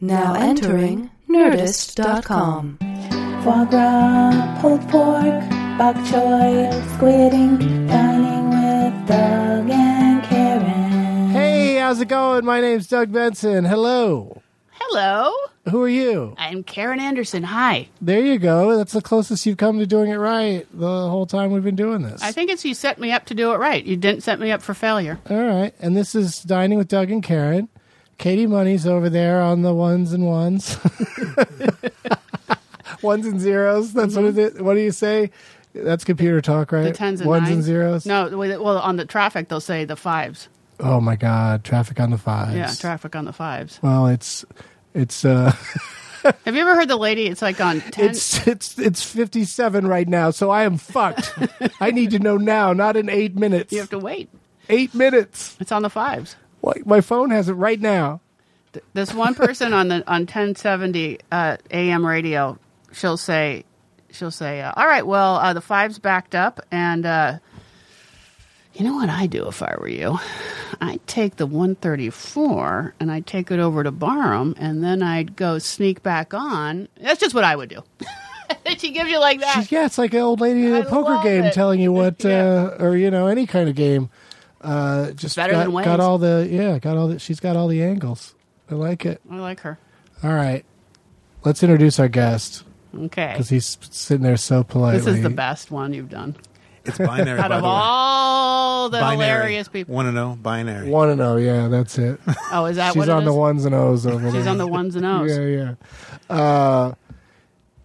Now entering Nerdist.com. Foie gras, pulled pork, bok choy, squid ink, dining with Doug and Karen. Hey, how's it going? My name's Doug Benson. Hello. Hello, Who are you? I'm Karen Anderson. Hi. There you go. That's the closest you've come to doing it right the whole time we've been doing this. I think it's you set me up to do it right. You didn't set me up for failure. All right. And this is Dining with Doug and Karen. Katie Money's over there on the ones and ones. ones and zeros. That's what it is. What do you say? That's computer talk, right? The tens and Uh, ones nines. Mm-hmm. and zeros. No, with- well, on the traffic they'll say the fives. Oh my God! Traffic on the fives. Yeah, traffic on the fives. well, it's it's uh Have you ever heard the lady? It's like on ten. It's it's it's 57 right now, so I am fucked. I need to know now, not in eight minutes. you have to wait. Eight minutes. It's on the fives. Like my phone has it right now. Th- This one person on the on 1070 uh, AM radio, she'll say, she'll say, uh, "All right, well, uh, the fives backed up, and uh, you know what I do if I were you? I'd take the 134 and I'd take it over to Barham, and then I'd go sneak back on. That's just what I would do. she gives you like that. Yeah, it's like an old lady in a I poker love game it. telling you what, Yeah. uh, or you know, any kind of game. Uh, just better got, than Waze. got all the yeah, got all the. She's got all the angles. I like it. I like her. All right, let's introduce our guest Okay, because he's sitting there so politely. this is the best one you've done It's binary. out by of the way. all the hilarious people. Want to know binary? Want to know? Yeah, that's it. Oh, is that She's what it on the is? ones and O's over there. She's on the ones and O's. Yeah, yeah. Uh,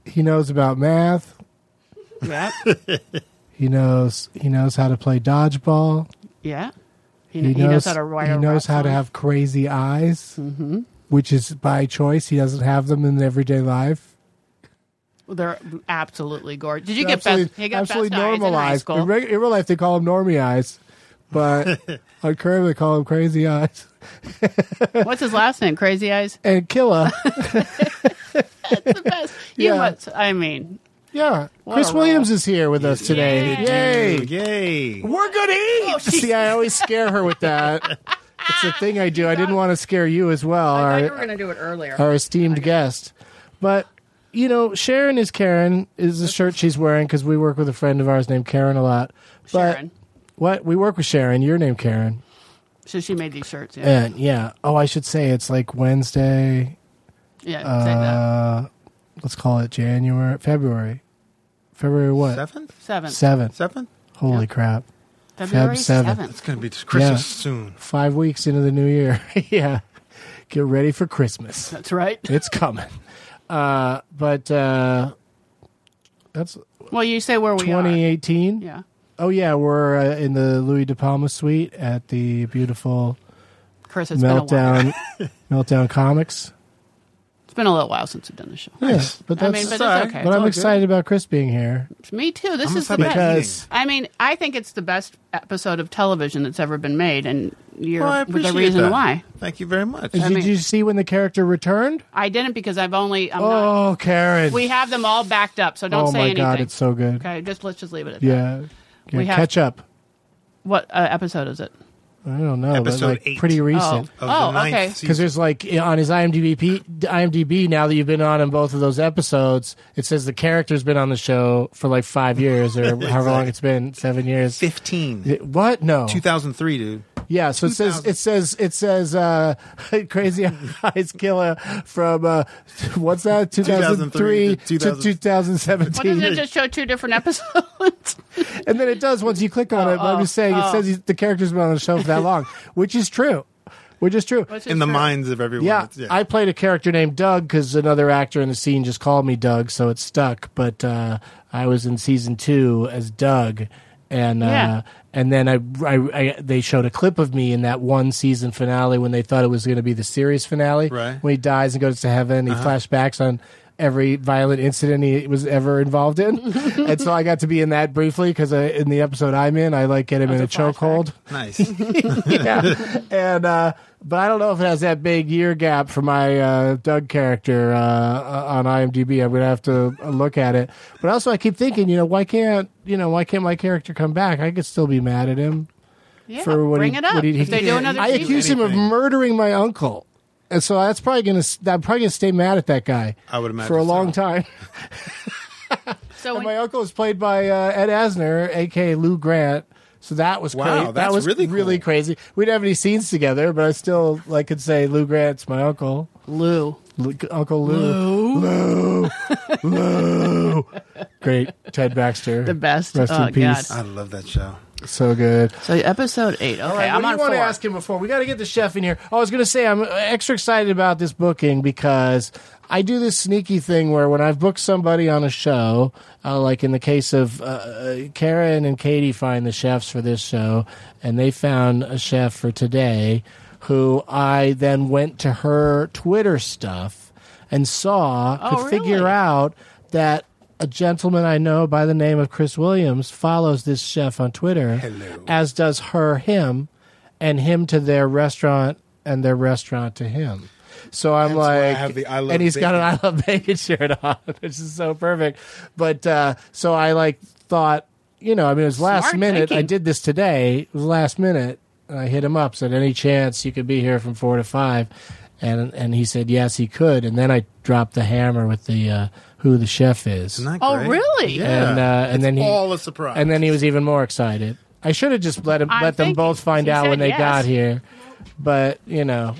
he knows about math. Yeah. He knows he knows how to play dodgeball. Yeah. He, He, he knows how to wire. Mm-hmm. He knows how to wrestling. have crazy eyes, which is by choice. He doesn't have them in everyday life. They're absolutely gorgeous. Did you get Absolutely- best? You got absolutely best eyes in high normalized. school. reg- in real life, they call him normie eyes, but on Curb they call him crazy eyes What's his last name? Crazy Eyes. and killer. The best. You Yeah. must. I mean, yeah, What Chris a role. Williams is here with us today. Yay! Yay! We're gonna eat. Oh, See, I always scare her with that. it's a thing I do. I didn't want to scare you as well, I thought you our, were going to do it earlier. our esteemed guest. But you know, Sharon is Karen is the shirt she's wearing because we work with a friend of ours named Karen a lot. But Sharon. what we work with Sharon, your name Karen, So she made these shirts. Yeah. and yeah. Oh, I should say it's like Wednesday. Yeah. say that. Uh, let's call it January, February, February what Seventh, Seventh. seventh? seventh. Holy crap! February Feb seventh. It's seventh. going to be Christmas Yeah. soon. Five weeks into the new year. yeah, get ready for Christmas. That's right. It's coming. Uh, but uh, that's Well, you say where we are. 2018. Yeah. Oh yeah, we're uh, in the Louis De Palma suite at the beautiful Chris, it's been a while. Meltdown Meltdown Comics. It's been a little while since we've done the show. Yes, but I that's. mean, but it's Sorry. okay. but It's I'm all excited about Chris being here good. Me too. This I'm is the excited. best. because I mean, I think it's the best episode of television that's ever been made, and you're Well, I with the appreciate reason that. why. Thank you very much. did mean- you see when the character returned? I didn't because I've only. I'm not, Oh, Karen! we have them all backed up, so don't oh say my anything. God, it's so good. okay, just let's just leave it at that. Yeah, yeah We have- catch up. What uh, episode is it? I don't know, but Episode like eight. pretty Oh, recent. Of oh, the ninth okay. Because season. there's like on his IMDb, pe- IMDb now that you've been on in both of those episodes, it says the character's been on the show for like five years or however long it's been, seven years. fifteen. It- What? No. 2003, dude. Yeah. So it says 2000. it says it says uh, Crazy Eyes Killer from uh, what's that? 2003 2003 to to 2017. Well, doesn't it just show two different episodes? And then it does once you click on it. But I'm just saying, it says he's, the character's been on the show for that long, which is true. Which is true. Which is In the true. minds of everyone. Yeah, It's- yeah. I played a character named Doug because another actor in the scene just called me Doug, so it stuck. But uh, I was in season two as Doug, and uh, Yeah. and then I, I, I they showed a clip of me in that one season finale when they thought it was going to be the series finale. Right. Uh-huh. when he dies and goes to heaven, he flashbacks on every violent incident he was ever involved in, and so I got to be in that briefly because in the episode I'm in, I like get him in a a flashback. chokehold nice. yeah. And uh, but I don't know if it has that big year gap for my uh, Doug character uh, on IMDb. I'm gonna have to look at it. But also, I keep thinking, you know, why can't you know why can't my character come back? I could still be mad at him yeah, for what bring he, it up. what he, if they do another I season. accuse him of Anything. murdering my uncle. and so that's probably gonna. I'm probably gonna stay mad at that guy. I would imagine for a long so. time. And So when, my uncle was played by uh, Ed Asner, aka Lou Grant. So that was Wow, cra- that that's was really cool. really crazy. We didn't have any scenes together, but I still like could say Lou Grant's my uncle, Lou, Lu- Uncle Lou, Lou, Lou, Great Ted Baxter, the best. Rest oh in peace. God. I love that show. So good. So episode eight. Okay, All right, what I'm do on you want to four. ask him before? We got to get the chef in here. Oh, I was going to say I'm extra excited about this booking because I do this sneaky thing where when I've booked somebody on a show, uh, like in the case of uh, uh, Karen and Katie find the chefs for this show, and they found a chef for today, who I then went to her Twitter stuff and saw Oh, could figure really? out that. A gentleman I know by the name of Chris Williams follows this chef on Twitter Hello. as does her him and him to their restaurant and their restaurant to him so i'm That's like why I have the I love and he's got an bacon. i love bacon shirt on which is so perfect but uh so i like thought you know i mean it was last Smart minute i thinking. did this today it was last minute and i hit him up said any chance you could be here from four to five and and he said yes he could and then i dropped the hammer with the uh who the chef is Isn't that Oh, great? really? Yeah. and uh, and It's then he all a surprise. and then he was even more excited. I should have just let him I'm let them thinking- both find he out when said they yes. got here, but you know.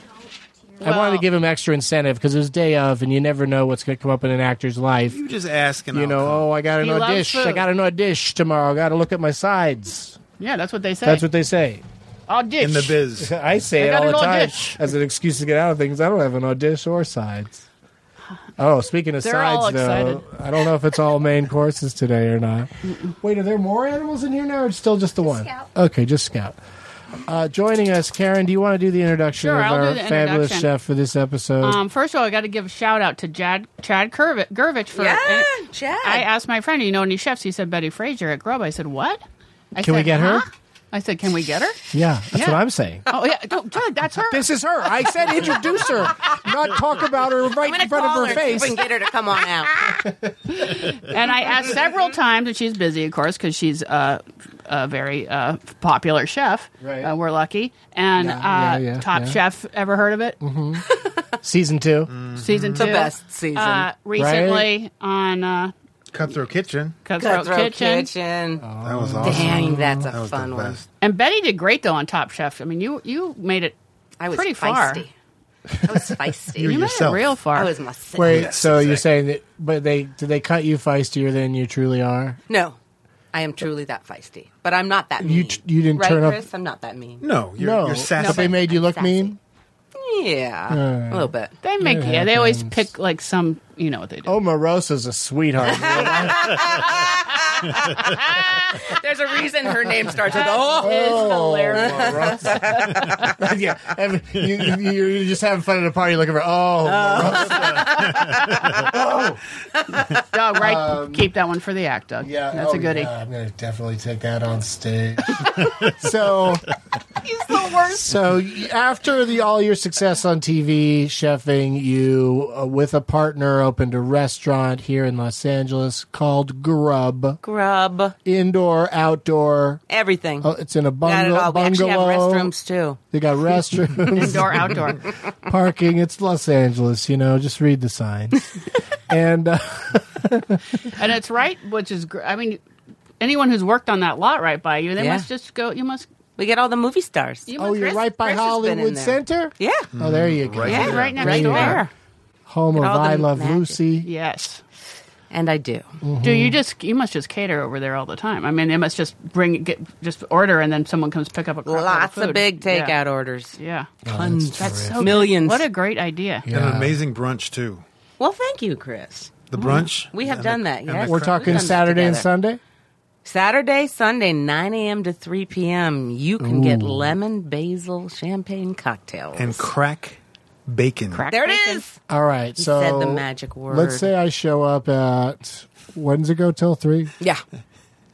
I wanted Well- to give him extra incentive because it was day of, and you never know what's going to come up in an actor's life. You just ask and You I'll know, come. oh, I got to He know loves dish. I food. got to know a dish tomorrow. I got to look at my sides. Yeah, that's what they say. That's what they say. I'll oh, ditch. in the biz. I say I it got all an the time audition. as an excuse to get out of things. I don't have an audition or sides. Oh, speaking of They're sides, all though, I don't know if it's all main courses today or not. Wait, are there more animals in here now, or still just the one? Scout. Okay, just Scout. Uh, joining us, Karen. Do you want to do the introduction Sure, of I'll do our the fabulous introduction. chef for this episode? Um, first of all, I got to give a shout out to Jad, Chad Curvi- Gervich for. Yeah, and- Chad. I asked my friend, "Do you know any chefs?" He said Betty Fraser at Grub. I said, "What?" I Can we said, get her? "Huh?" I said, "Can we get her?" yeah, that's yeah. what I'm saying. Oh yeah, no, Judd, that's her. This is her. I said introduce her, not talk about her right in front of her face. We can get her to come on out. and I asked several times, and she's busy, of course, because she's uh, a very uh, popular chef. Right. Uh, we're lucky. And Yeah, uh, yeah, yeah, Top yeah. Mm-hmm. Chef, ever heard of it? Season two. Season two. The best season. Uh, recently on uh, Cutthroat Kitchen. Cutthroat, Cutthroat Kitchen. Kitchen. That was awesome. Dang, that's a That was the fun one. best. And Betty did great though on Top Chef. I mean, you you made it. I was pretty far. feisty. I was You You're feisty. your- yourself. made it real far. I was myself. Wait, Yes, so you're exactly. saying that, but they did they cut you feistier than you truly are? No, I am truly that feisty, but I'm not that mean. You t- you didn't right, turn up- Chris? I'm not that mean. No, you're, no, you're sassy. but they made you look Sassy. mean. Yeah, a little bit. they make It yeah. They always happens. pick like some. You know what they do. Oh, Morosa's a sweetheart. There's a reason her name starts with O. It's hilarious. Morosa. yeah, I mean, you, you, you're just having fun at a party looking for oh, Doug, right? keep that one for the act, Doug. Um, Yeah, that's oh, a goodie. yeah, I'm gonna definitely take that on stage. so He's the worst. So y- after the all your success on TV chefing, you uh, with a partner opened a restaurant here in Los Angeles called Grub, Grub, indoor, outdoor. everything. Oh, it's in a Got it bungalow. all. We actually have bungalow. restrooms too. They got restrooms, Indoor, outdoor. parking. It's Los Angeles, you know. Just read the signs. and uh, and it's right, which is gr- I mean, anyone who's worked on that lot right by you, they Yeah. must just go. You must. We get all the movie stars. You oh, must you're right by Chris has been in Hollywood there. Center. Yeah, Oh, there you go. Right yeah, there. right next right door. there. Home of all the I Love magic. Lucy. Yes. And I do. Mm-hmm. Do you just you must just cater over there all the time? I mean, they must just bring get just order and then someone comes pick up a crap load Lots of food. big takeout Yeah. orders. Yeah. Tons. That's so Millions. What a great idea. And an amazing brunch too. Well, thank you, Chris. The brunch. We have and done the- that, and yes. the We're cra- talking done that Saturday and together. Sunday. Saturday, Sunday, 9 a.m. to 3 p.m. You can get lemon basil champagne cocktails. and crack bacon. Crack there it bacon. is. All right. He so said the magic word. Let's say I show up at when's it go till three? Yeah,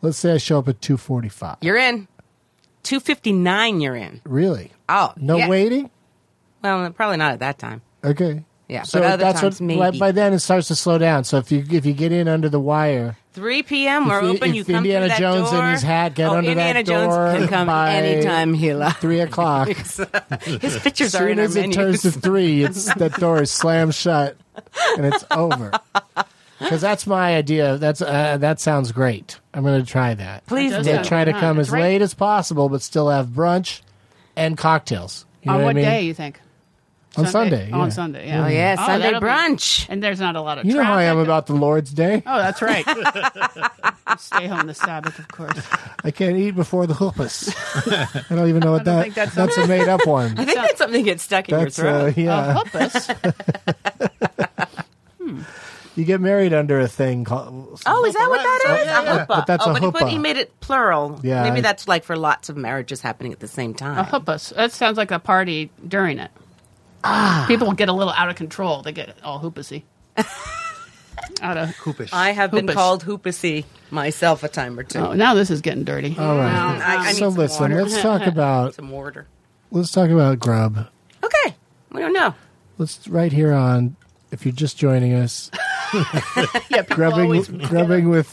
Let's say I show up at two forty five. you're in. 259 you're in. Really? Oh. No yeah. waiting? Well, probably not at that time. Okay. Yeah, So but other that's times what by, maybe. by then it starts to slow down. So if you if you get in under the wire, 3 p.m. We're If- open. if you come Indiana through that Jones door. and his hat get oh, under that Indiana Jones door can come by anytime he likes. three o'clock. His pictures are in soon our as it turns menus. to three, it's that door is slammed shut and it's over. Because that's my idea. That's uh, that sounds great. I'm going to try that. Please It does do. They try to Yeah, come it's as right- late as possible, but still have brunch and cocktails. You on know what I mean? day you think? On Sunday. On yeah. Sunday. Yeah. Oh yeah, Oh, Sunday that'll be- brunch. And there's not a lot of You know how I am traffic. about the Lord's Day. Oh, that's right. Stay home the Sabbath, of course. I can't eat before the hupas. I don't even know what don't that. think that's that's a made up one. I think that's something that gets stuck in That's your throat. uh, yeah. A huppus? You get married under a thing called. Oh, is that what that right? is? Yeah, yeah, A yeah. hoopa. But that's oh, a but he, put, hoopa. he made it plural. Yeah, Maybe I- that's like for lots of marriages happening at the same time. A huppus. That sounds like a party during it. Ah. People get a little out of control. They get all hoopusy. out of. Hoopish. I have been Hoopas. called hoopasy myself a time or two. Oh, now this is getting dirty. All right. Um, I, I need so some listen, water. let's talk about some water. let's talk about grub. Okay, we don't know. Let's right here on. If you're just joining us, yeah, people grubbing, always grubbing with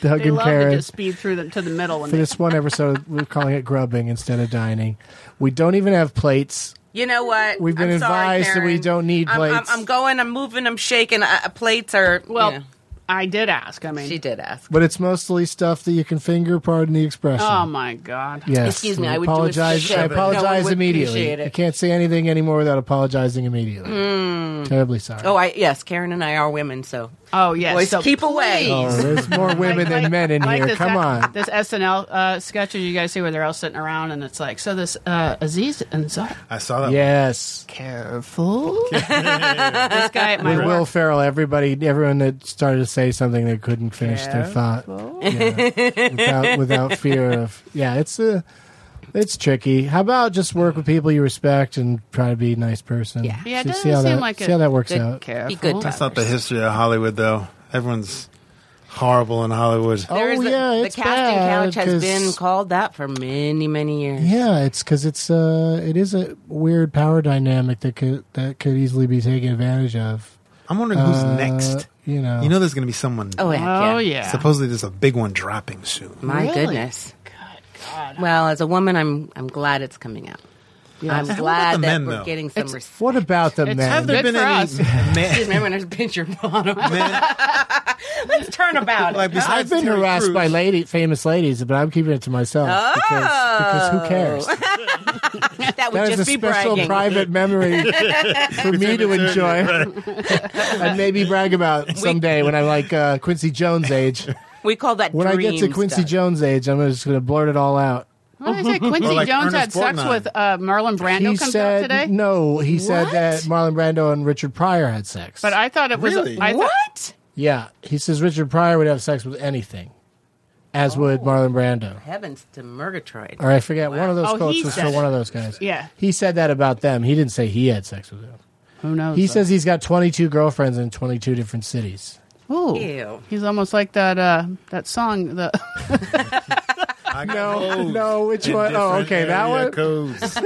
Doug they and love to Karen. just speed through them to the middle when For they this one episode, we're calling it grubbing instead of dining. We don't even have plates. You know what? We've been I'm sorry, advised that we Karen. don't need I'm- I'm, plates. I'm, going. I'm moving. I'm shaking. Uh, plates are Well, yeah. I did ask. I mean, She did ask. But it's mostly stuff that you can finger. Pardon the expression. Oh my god! Yes. Um, Excuse me, we I would do a apologize. sit-up. I No one would apologize immediately. appreciate it. You can't say anything anymore without apologizing immediately. Terribly sorry. Oh, I yes. Karen and I are women, so Oh yes. boys, so keep away. please. Oh, there's more women than men in Like here. this, Come on. This SNL uh, sketches you guys see where they're all sitting around and it's like, so this uh, Aziz Ansari, I saw that. Yes. careful. this guy at my With Will work. Ferrell, everybody, everyone that started to say something they couldn't finish their thought Yeah. without, without fear of. Yeah, it's uh it's tricky. How about just work with people you respect and try to be a nice person? Yeah. Yeah, it See- doesn't see how seem that, like see it- how that works Good out. Careful. Be good. That's not the history of Hollywood, though. Everyone's horrible in Hollywood. Oh, There is the, yeah, the it's casting bad couch has 'cause- been called that for many, many years. Yeah, it's because it's uh, it is a weird power dynamic that could that could easily be taken advantage of. I'm wondering who's Uh, next. You know, You know, there's going to be someone. Oh, heck yeah. Oh yeah. Supposedly, there's a big one dropping soon. My Really? goodness. God. Well, as a woman, I'm I'm glad it's coming out. I'm glad the that men, we're though? getting some respect. what about the It's- men? Have there Good been for any us. men? Remember when there's picture bottom? men Let's turn about. like, I've besides been Terry harassed Crews, by lady, famous ladies, but I'm keeping it to myself because, because who cares? that would That is Oh. just a be special bragging. private memory for me to enjoy and maybe brag about someday when I'm like uh, Quincy Jones age. we call that When I get to dreams, Quincy Doug. Jones age, I'm just going to blurt it all out. What did I say? Quincy Or like Jones had Ernest sex Borgnine. with uh, Marlon Brando he comes said out today. no. He said What? that Marlon Brando and Richard Pryor had sex. But I thought it was. Really? I thought, What? yeah, he says Richard Pryor would have sex with anything, as would Marlon Brando. Heavens to Murgatroyd. Or I forget one of those Oh, quotes he was said for it. one of those guys. Yeah. he said that about them. He didn't say he had sex with them. Who knows? He though? says he's got 22 girlfriends in 22 different cities. Ooh. Ew. He's almost like that uh, that song. The I got hoes no, which in one? Oh, different okay, that area one? Codes.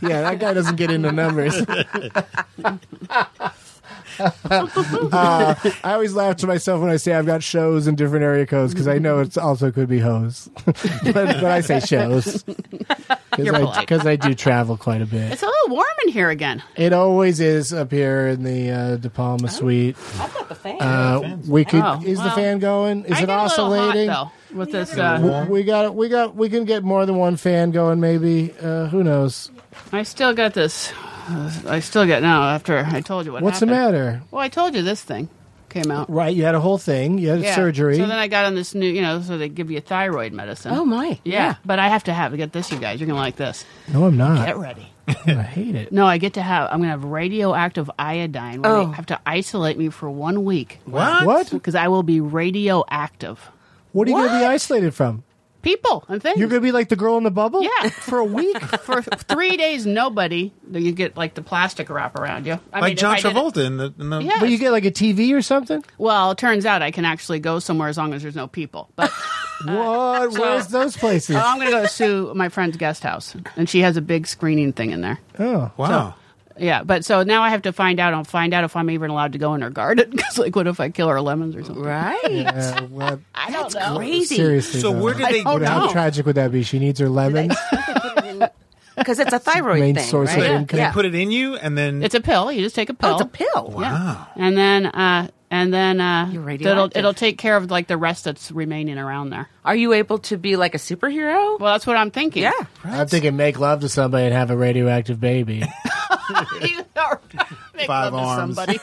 Yeah, that guy doesn't get into numbers. Uh, I always laugh to myself when I say I've got shows in different area codes because I know it also could be hoes, but, but I say shows You're polite. because I, do travel quite a bit. it's a little warm in here again. It always is up here in the uh, De Palma suite. I'm not the fan. Uh, we could Oh, is the well, fan going? Is I it get a little hot, oscillating? though with this? Uh, W- We got we got we can get more than one fan going. Maybe uh, who knows? uh, I still got this. uh, I still got now after I told you what. What's happened. the matter? Well, I told you this thing came out. Right, you had a whole thing. You had Yeah. surgery. So then I got on this new, you know, so they give you thyroid medicine. oh my. Yeah, but I have to have. Get this, you guys. You're gonna like this. no, I'm not. Get ready. I hate it. No, I get to have. I'm gonna have radioactive iodine. Where Oh. They have to isolate me for one week What? What? because I will be radioactive. What are you going to be isolated from? People and things. You're going to be like the girl in the bubble. Yeah. for a week. for three days, nobody. You get like the plastic wrap around you, I Like mean, John if I did it- Travolta in the, in the Yeah. But you get like a TV or something. Well, it turns out I can actually go somewhere as long as there's no people. But Uh, What? Where's those places? so I'm going to go to Sue, my friend's guest house, and she has a big screening thing in there. Oh, Wow. yeah. But so now I have to find out. I'll find out if I'm even allowed to go in her garden. Because like, what if I kill her lemons or something? Right? Yeah, what, I don't know. Crazy. seriously. So though. where did they? Oh, But how no. tragic would that be? She needs her lemons. Because it's a thyroid Main thing, source of right? income. They put it in you, and then Oh. It's a pill. You just take a pill. oh, it's a pill. Yeah. And then uh and then uh You're it'll radioactive. it'll take care of like the rest that's remaining around there. Are you able to be like a superhero? Well, that's what I'm thinking. yeah. I'm thinking make love to somebody and have a radioactive baby. Oh, You are- Make Five love arms. to somebody.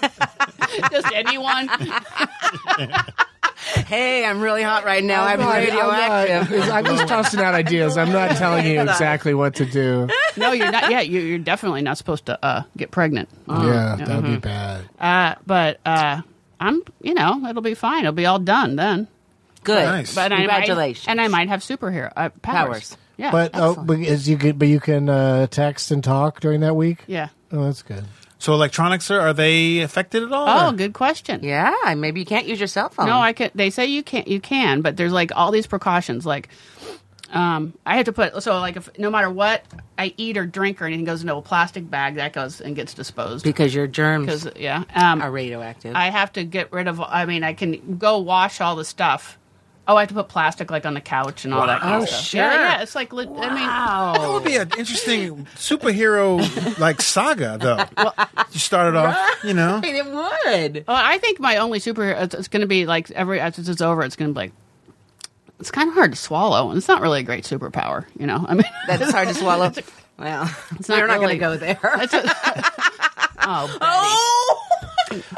just anyone. Hey, I'm really hot right now. I'm, not- radioactive. I'm, not- I'm just tossing out ideas. I'm not telling you exactly what to do. No, you're not. Yeah, you, you're definitely not supposed to uh, get pregnant. Uh-huh. yeah, that'd Mm-hmm. be bad. Uh, but uh, I'm, you know, it'll be fine. It'll be all done then. Good. Nice. But I Congratulations. might, and I might have superhero uh, powers. Powers. Yeah. But oh, but is you can, but you can uh, text and talk during that week. yeah. Oh, that's good. so electronics are are they affected at all? Oh, or- good question. yeah, maybe you can't use your cell phone. No, I can. They say you can't. You can, but there's like all these precautions. Like, um, I have to put so like if no matter what I eat or drink or anything goes into a plastic bag that goes and gets disposed. because your germs Because yeah, um, are radioactive. I have to get rid of. I mean, I can go wash all the stuff. Oh, I have to put plastic like on the couch and all that. Kind Oh, of stuff. sure. Yeah, yeah. It's like lit I mean, That would be an interesting superhero like saga, though. you started off, you know, Wait, it would. well, I think my only superhero. It's, it's going to be like every after this is over, it's going to be like. It's kind of hard to swallow, and it's not really a great superpower, you know. I mean, That's hard to swallow. Well, not we're not really- going to go there. it's a, oh, Oh,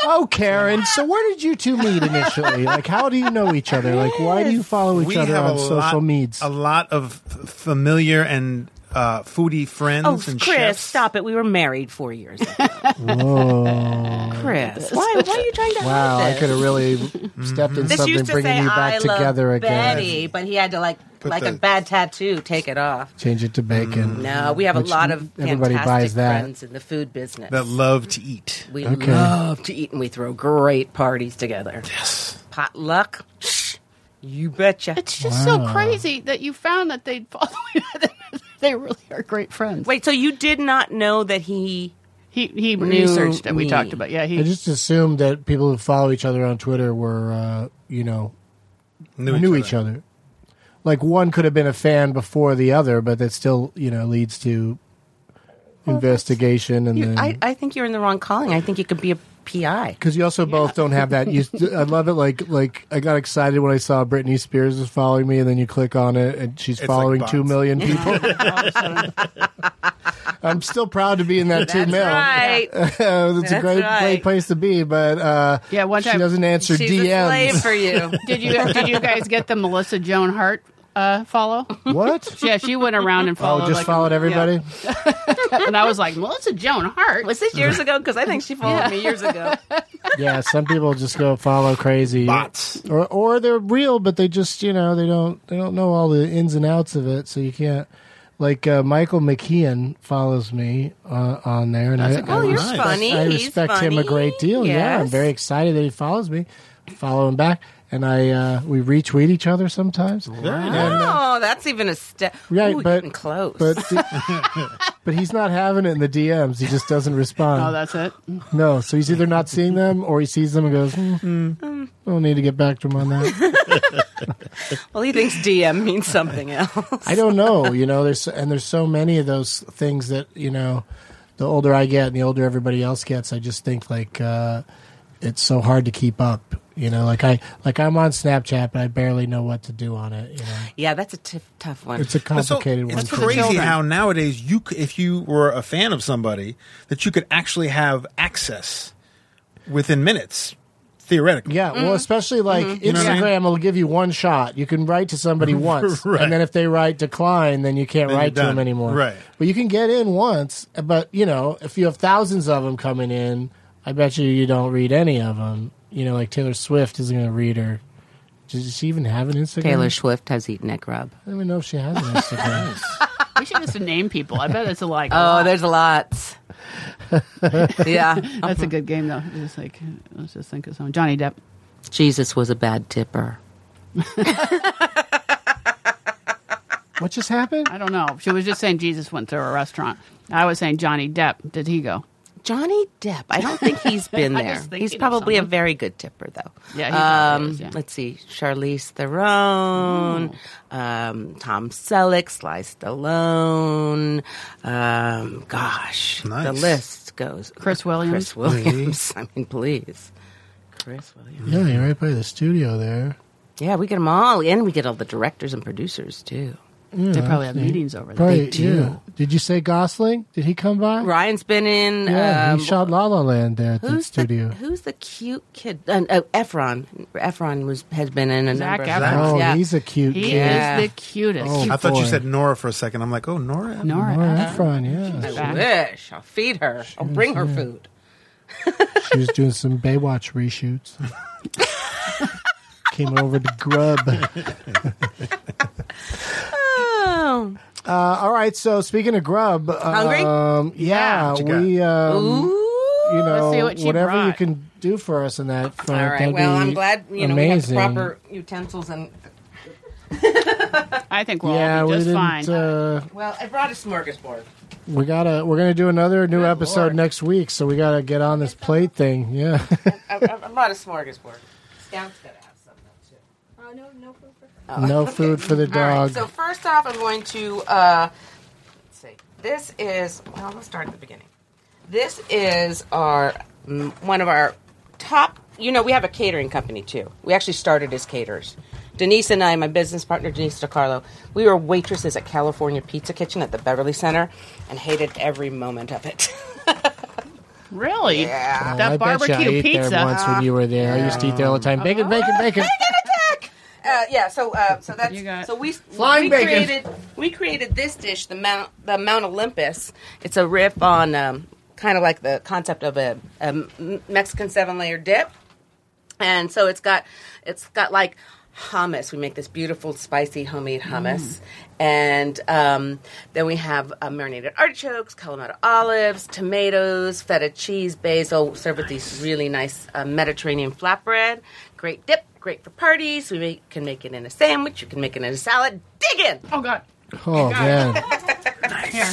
Oh, Karen. So where did you two meet initially? like, how do you know each other? Like, why do you follow each we other have on a social lot, meds? a lot of f- familiar and uh, foodie friends. oh and Chris, chefs. stop it. We were married four years ago. Chris, why, why are you trying to hide Wow, I this? could have really Mm-hmm. stepped in This something, used to bringing say, you back "I together love again. Betty," but he had to like, like a the- bad tattoo, take it off. Change it to bacon. Mm-hmm. No, we have Mm, Which a lot of everybody fantastic buys that. friends in the food business. That love to eat. we Okay. love to eat and we throw great parties together. Yes. Potluck. Shh. You betcha. It's just so crazy that you found that they'd follow you. they really are great friends. Wait, so you did not know that he he he Knew researched it. We me. talked about yeah. I He just assumed that people who follow each other on Twitter were, uh, you know, Knew, knew each other. Like one could have been a fan before the other, but that still, you know, leads to investigation and You- then I, I think you're in the wrong calling. I think you could be a PI. because you also both don't have that. You, st- I love it. Like, like I got excited when I saw Britney Spears was following me, and then you click on it, and she's It's like following bots. two million people. I'm still proud to be in that two mil. it's a That's great, right. great place to be, but uh, Yeah, one she time- doesn't answer She's a slave DMs. for you. did you did you guys get the Melissa Joan Hart uh, follow? What? Yeah, she went around and Oh, followed. just like, followed yeah. everybody. and I was like Melissa Joan Hart. Was this years ago? Because I think she followed me years ago. Yeah, some people just go follow crazy Bots. or or they're real, but they just you know they don't they don't know all the ins and outs of it, so you can't. Like uh, Michael McKeon follows me uh, on there, and I, Oh, I you're Nice. funny. I He's respect him a funny. great deal. Yeah, I'm Yes. very excited that he follows me. Follow him back, and I uh, we retweet each other sometimes. Very nice. Oh, that's even a step. Right, Ooh, but- getting close. But but he's not having it in the DMs. He just doesn't respond. Oh, that's it. No, so he's either not seeing them or he sees them and goes, hmm, I don't need to get back to him on that. well, he thinks DM means something else. I don't know, you know, there's and there's so many of those things that, you know, the older I get and the older everybody else gets, I just think like uh, it's so hard to keep up. You know, like I like I'm on Snapchat but I barely know what to do on it, you know. Yeah, that's a t- tough one. It's a But so complicated one. It's for me. crazy how nowadays you, c- if you were a fan of somebody, that you could actually have access within minutes, theoretically. Yeah, well, especially like know what I Instagram mean? will give you one shot. You can write to somebody once, and then if they write decline, then you can't Then write to you're them done. anymore. Right. But you can get in once. But you know, if you have thousands of them coming in, I bet you you don't read any of them. You know, like Taylor Swift isn't going to read her. Does she even have an Instagram? Taylor Swift has eaten egg rub. I don't even know if she has an Instagram. We should just name people. I bet it's a like. Oh, there's a lot. yeah. that's a good game though. Just like let's just think of someone. Johnny Depp. Jesus was a bad tipper. what just happened? I don't know. She was just saying Jesus went through a restaurant. I was saying Johnny Depp. Did he go? Johnny Depp. I don't think he's been I there. was He's thinking of probably a someone. very good tipper, though. Yeah, he probably um, is, yeah. Let's see: Charlize Theron, Mm. um, Tom Selleck, Sly Stallone. Um, gosh, the Nice. list goes. Chris Williams. Chris Williams. I mean, please, Chris Williams. Yeah, you're right by the studio there. Yeah, we get them all, and we get all the directors and producers too. they probably have meetings over there. Hmm, Probably, They do. yeah. Did you say Gosling? Did he come by? Ryan's been in. Yeah, um, he shot La La Land there at the Who's studio. The, who's the cute kid? Uh, uh, Efron. Efron was has been in a Zac number. Efron. Of films, oh, yeah. he's a cute He kid. Yeah. is the cutest. Oh, I thought you boy. said Nora for a second. I'm like, oh, Nora. Nora. Nora Ephron, yeah. back. Wish I'll feed her. I'll bring her food. she was doing some Baywatch reshoots. Came over to Grub. Uh, Oh, Uh, all right, so speaking of Grub, Hungry? um, yeah, What you got? we, um, Ooh. you know, see what she whatever you brought. can do for us in that. For, All right. that'd Well, I'm be glad you know amazing. we have the proper utensils and. I think we'll Yeah, all be we just didn't. fine. Uh, Well, I brought a smorgasbord. we gotta. We're gonna do another new episode Oh, Lord. next week, so we gotta get on this plate thing. Yeah. I, I, I brought a smorgasbord. Scout's gonna have some though too. no food for the Oh, All right, dog. so first off, I'm going to uh, let's see. This is well. Let's start at the beginning. This is our mm, one of our top. You know, we have a catering company too. We actually started as caterers. Denise and I, my business partner Denise DiCarlo, we were waitresses at California Pizza Kitchen at the Beverly Center, and hated every moment of it. really? Yeah. Oh, That I bet you I barbecue ate pizza. Oh. there once when you were there. I used to eat there all the time. Bacon, bacon, bacon. Uh, yeah, so uh, so that's You got- so we Flying we bacon. created we created this dish, the Mount the Mount Olympus. It's a riff on um, kind of like the concept of a, a M- Mexican seven layer dip, and so it's got it's got like hummus. We make this beautiful spicy homemade hummus, and um, then we have uh, marinated artichokes, Kalamata olives, tomatoes, feta cheese, basil. Serve with these really nice uh, Mediterranean flatbread. Great dip. Great for parties. We make, can make it in a sandwich. You can make it in a salad. Dig in. Oh God. Oh man, Here.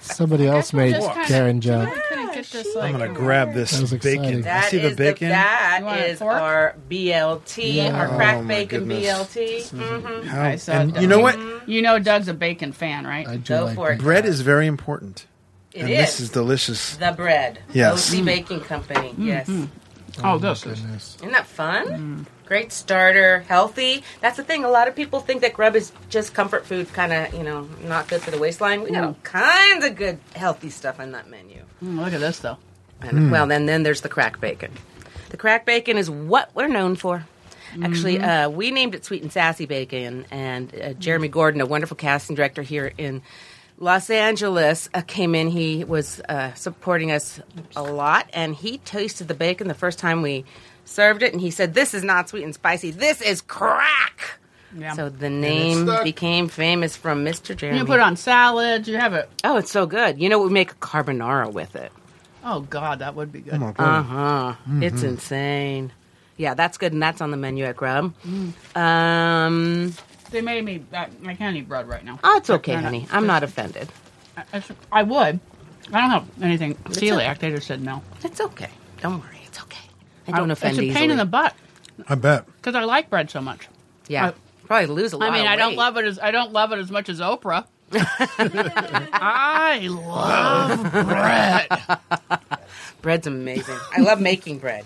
somebody else made just kinda- Karen jump. Ah, Couldn't get this uh, I'm like gonna grab this That was bacon. exciting. I see the is bacon. Mm. You want that a is fork? our BLT, our crack Oh, my bacon goodness. BLT. Mhm. How- I saw and that. you know what? You know Doug's a bacon fan, right? I do Go like for that. it. Bread is very important. It and is. this is delicious. the bread. Yes. OC Baking Company. Mm-hmm. Yes. oh, this is. Goodness. Isn't that fun? Great starter, healthy. That's the thing. A lot of people think that grub is just comfort food, kind of, you know, not good for the waistline. We got all kinds of good, healthy stuff on that menu. Mm, look at this though. Hmm. And, Well, then then there's the crack bacon. The crack bacon is what we're known for. Actually, Mm-hmm. uh, we named it Sweet and Sassy Bacon, and uh, Jeremy Gordon, a wonderful casting director here in Los Angeles, uh, came in. He was uh, supporting us a lot, and he tasted the bacon the first time we served it, and he said, "This is not sweet and spicy. This is crack." Yeah. So the name stuck. became famous from Mr. Jeremy. you can put it on salads. You have it. oh, it's so good. You know, we make a carbonara with it. Oh God, that would be good. Oh, Uh huh. Uh-huh. Mm-hmm. It's insane. Yeah, that's good, and that's on the menu at Grub. Mm. Um, They made me. I, I can't eat bread right now. oh, it's okay, No, no. honey. I'm not offended. I, I should- I would. I don't have anything celiac. They just said no. It's okay. Don't worry. It's okay. I don't offend Oh, It's a easily. pain in the butt I bet. because I like bread so much. yeah, probably lose a lot. I mean, of I don't weight. love it as I don't love it as much as Oprah. I love bread. bread's amazing. I love making bread.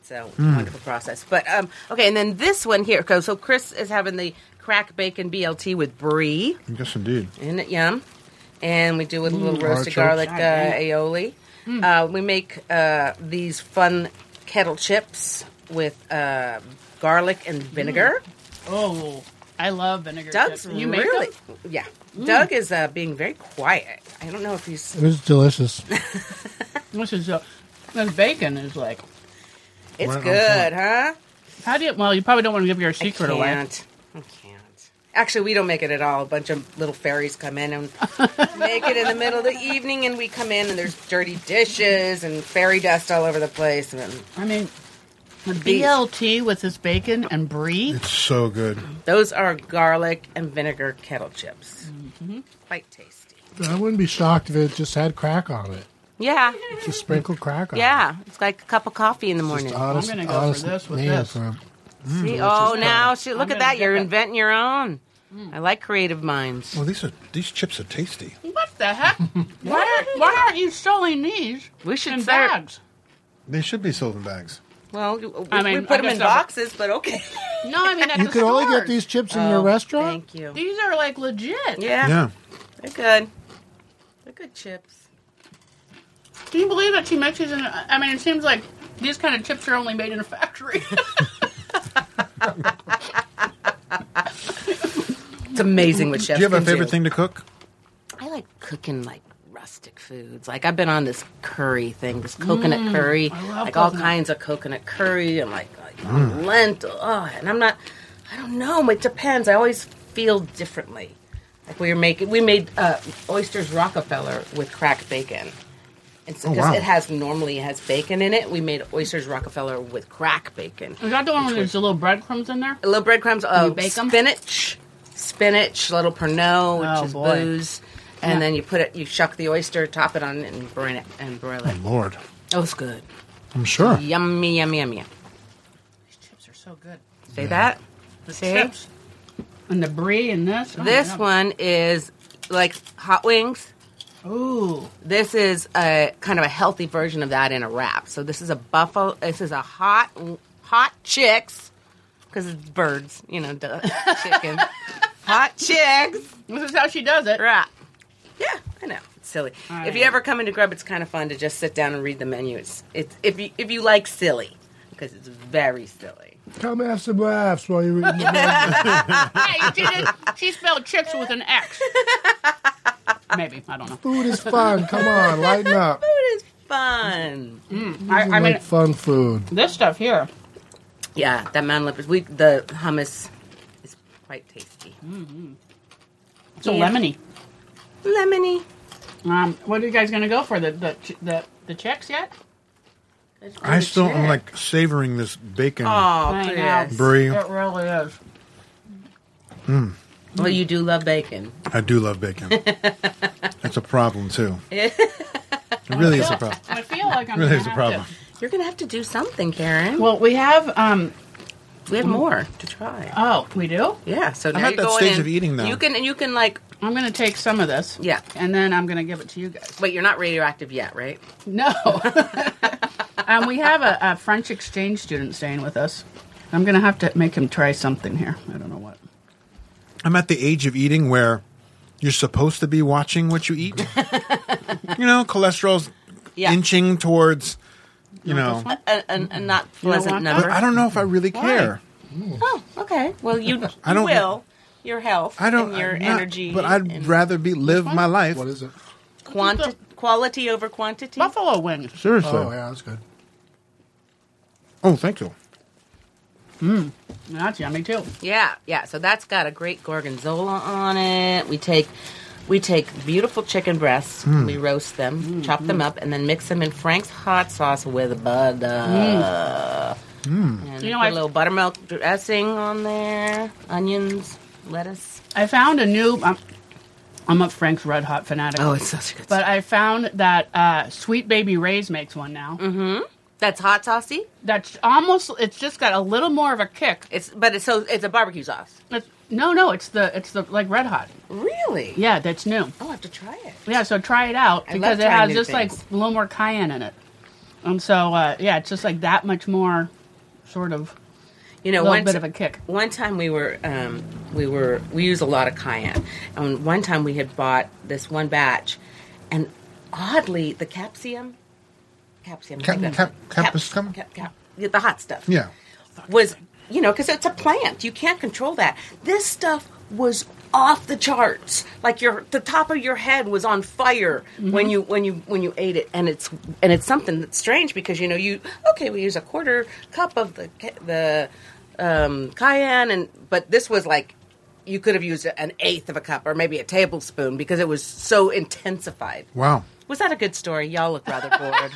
It's a Mm. wonderful process. But um, okay, and then this one here. goes- So Chris is having the crack bacon BLT with brie. Yes, indeed. Isn't it yum? And we do with a little roasted Artichokes. garlic uh, God, yeah. aioli. Uh, we make uh, these fun kettle chips with uh, garlic and vinegar. Oh, I love vinegar. Doug's chips. You make really, them? yeah. Doug is uh, being very quiet. I don't know if he's. It was delicious. This is uh, this bacon is like. It's Right on good, huh? How do you? Well, you probably don't want to give your secret I away. can't. I can't. Actually, we don't make it at all. A bunch of little fairies come in and make it in the middle of the evening, and we come in and there's dirty dishes and fairy dust all over the place. And I mean, the BLT with this bacon and brie. It's so good. Those are garlic and vinegar Mm-hmm. kettle chips. Quite tasty. I wouldn't be shocked if it just had crack on it. Yeah, Just sprinkle crack on. yeah. It's like a cup of coffee in the Just morning. honest, I'm gonna go for honest this with man, this. for a- Mm, See, oh, now she, I'm look at gonna that. You're get Mm. that. inventing your own. I like creative minds. Well, these are these chips are tasty. What the heck? why, are, why aren't you selling these We should in start- bags? They should be sold in bags. Well, we, I we mean, put I them in guess I'll- boxes, but okay. No, I mean at You the can only get stores. Oh, these chips in your restaurant. Thank you. These are like legit. Yeah, Yeah. they're good. They're good chips. Do you believe that she makes these? In, I mean, it seems like these kind of chips are only made in a factory. It's amazing what chefs Do you have a can favorite thing to cook? I like cooking like rustic foods. Like I've been on this curry thing, this coconut curry, love like all coconut. kinds of coconut curry and like, like lentil. Oh, and I'm not. I don't know. It depends. I always feel differently. Like we were making, we made uh, oysters Rockefeller with cracked bacon. And so, Oh, 'cause wow. it has normally it has bacon in it. We made oysters Rockefeller with crack bacon. Is that the one where there's the little breadcrumbs in there? A little breadcrumbs of bake 'em? spinach, spinach, little pernod, which Oh, is boy. booze, and then you put it, you shuck the oyster, top it on, and broil it. And broil it. Lord, Oh, it's good. I'm sure. Yummy, yummy, yummy. These chips are so good. Say that. The See? chips and the brie and this. Oh, This yeah. one is like hot wings. Ooh, This is a kind of a healthy version of that in a wrap. So this is a buffalo. This is a hot, hot chicks, because it's birds, you know, duh, chicken. hot chicks. this is how she does it. Right. Yeah, I know. It's silly. I if know. you ever come into Grub, it's kind of fun to just sit down and read the menu. It's, it's if you if you like silly, because it's very silly. Come have some laughs while you're eating. the- Hey, she, did, she spelled chicks with an X. Maybe I don't know. food is fun. Come on, lighten up. Food is fun. I, You I mean, like fun food. this stuff here. Yeah, that mountain leopard. We the hummus is quite tasty. It's a Yeah. lemony. Lemony. Um, what are you guys gonna go for the the ch- the, the chicks yet? I still am like savoring this bacon. Oh, I know. Chris. Brie. It really is. Well, you do love bacon. I do love bacon. That's a problem too. It really is a problem. I feel like I'm Really gonna is a have problem. to- You're gonna have to do something, Karen. Well, we have. Um, we have more to try. oh, we do. Yeah, so now at you're that going stage in. of eating, though. You can you can like I'm gonna take some of this. Yeah. and then I'm gonna give it to you guys. wait. You're not radioactive yet, right? No. um, we have a, a French exchange student staying with us. I'm gonna have to make him try something here. I don't know what. I'm at the age of eating where you're supposed to be watching what you eat. you know, cholesterol's Yeah. inching towards, you know. this one? A, a, a not pleasant want that? number. But I don't know if I really care. Oh, okay. Well, you, you I don't- will your health I don't. and your I'm not- energy. But I'd and rather be live my life. What is it? quanti- quality over quantity. Buffalo wings. Seriously. Oh yeah, that's good. Oh, thank you. That's yummy too. Yeah, yeah. So that's got a great gorgonzola on it. We take we take beautiful chicken breasts, Hmm. we roast them, chop them up, and then mix them in Frank's hot sauce with butter. And Hmm. You know, put I- a little buttermilk dressing on there, onions, lettuce. I found a new. I'm, I'm a Frank's Red Hot fanatic. Oh, it's such a good. But I found that uh, Sweet Baby Ray's makes one now. Mm-hmm. that's hot saucy. That's almost. It's just got a little more of a kick. It's but it's so it's a barbecue sauce. It's, no, no, it's the it's the like Red Hot. Really? Yeah, that's new. I'll have to try it. Yeah, so try it out I because love it trying has new just like things. a little more cayenne in it. And so uh, yeah, it's just like that much more sort of You know, Little one bit ti- of a kick. One time we were um, we were we use a lot of cayenne, and one time we had bought this one batch, and oddly the capsium, capsium, I Cap- think cap- that's- capsicum? cap, cap, yeah, the hot stuff. Yeah. was you know because it's a plant, you can't control that. This stuff was off the charts like your the top of your head was on fire when you when you when you ate it and it's and it's something that's strange because you know you okay we use a quarter cup of the ca- the um, cayenne and but this was like you could have used an eighth of a cup or maybe a tablespoon because it was so intensified Wow. was that a good story y'all look rather bored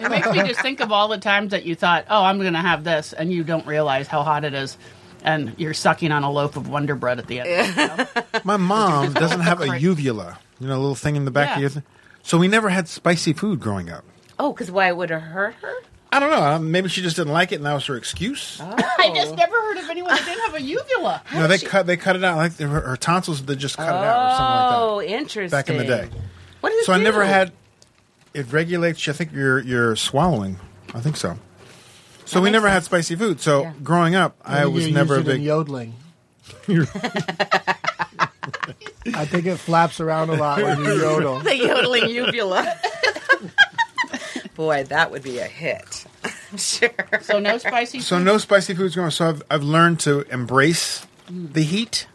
It makes me just think of all the times that you thought, "Oh, I'm going to have this," and you don't realize how hot it is, and you're sucking on a loaf of Wonder Bread at the end. My mom doesn't have a uvula. You know, a little thing in the back Yeah. of your. Th- So we never had spicy food growing up. Oh, because why it would have hurt her? I don't know. uh, Maybe she just didn't like it, and that was her excuse. Oh. I just never heard of anyone that didn't have a uvula. no, they cut they cut it out like they were, her tonsils. They just cut it out or something Oh, like interesting. that back in the day. What does it So I never do? had. It regulates. I think your your swallowing. I think so. So we never had spicy food. So Yeah. growing up, I think was you never a used it in big. yodeling. I think it flaps around a lot when you yodel. the yodeling uvula. Boy, that would be a hit. I'm sure. So no spicy. So food? no spicy foods growing. up. So I've I've learned to embrace Mm. the heat.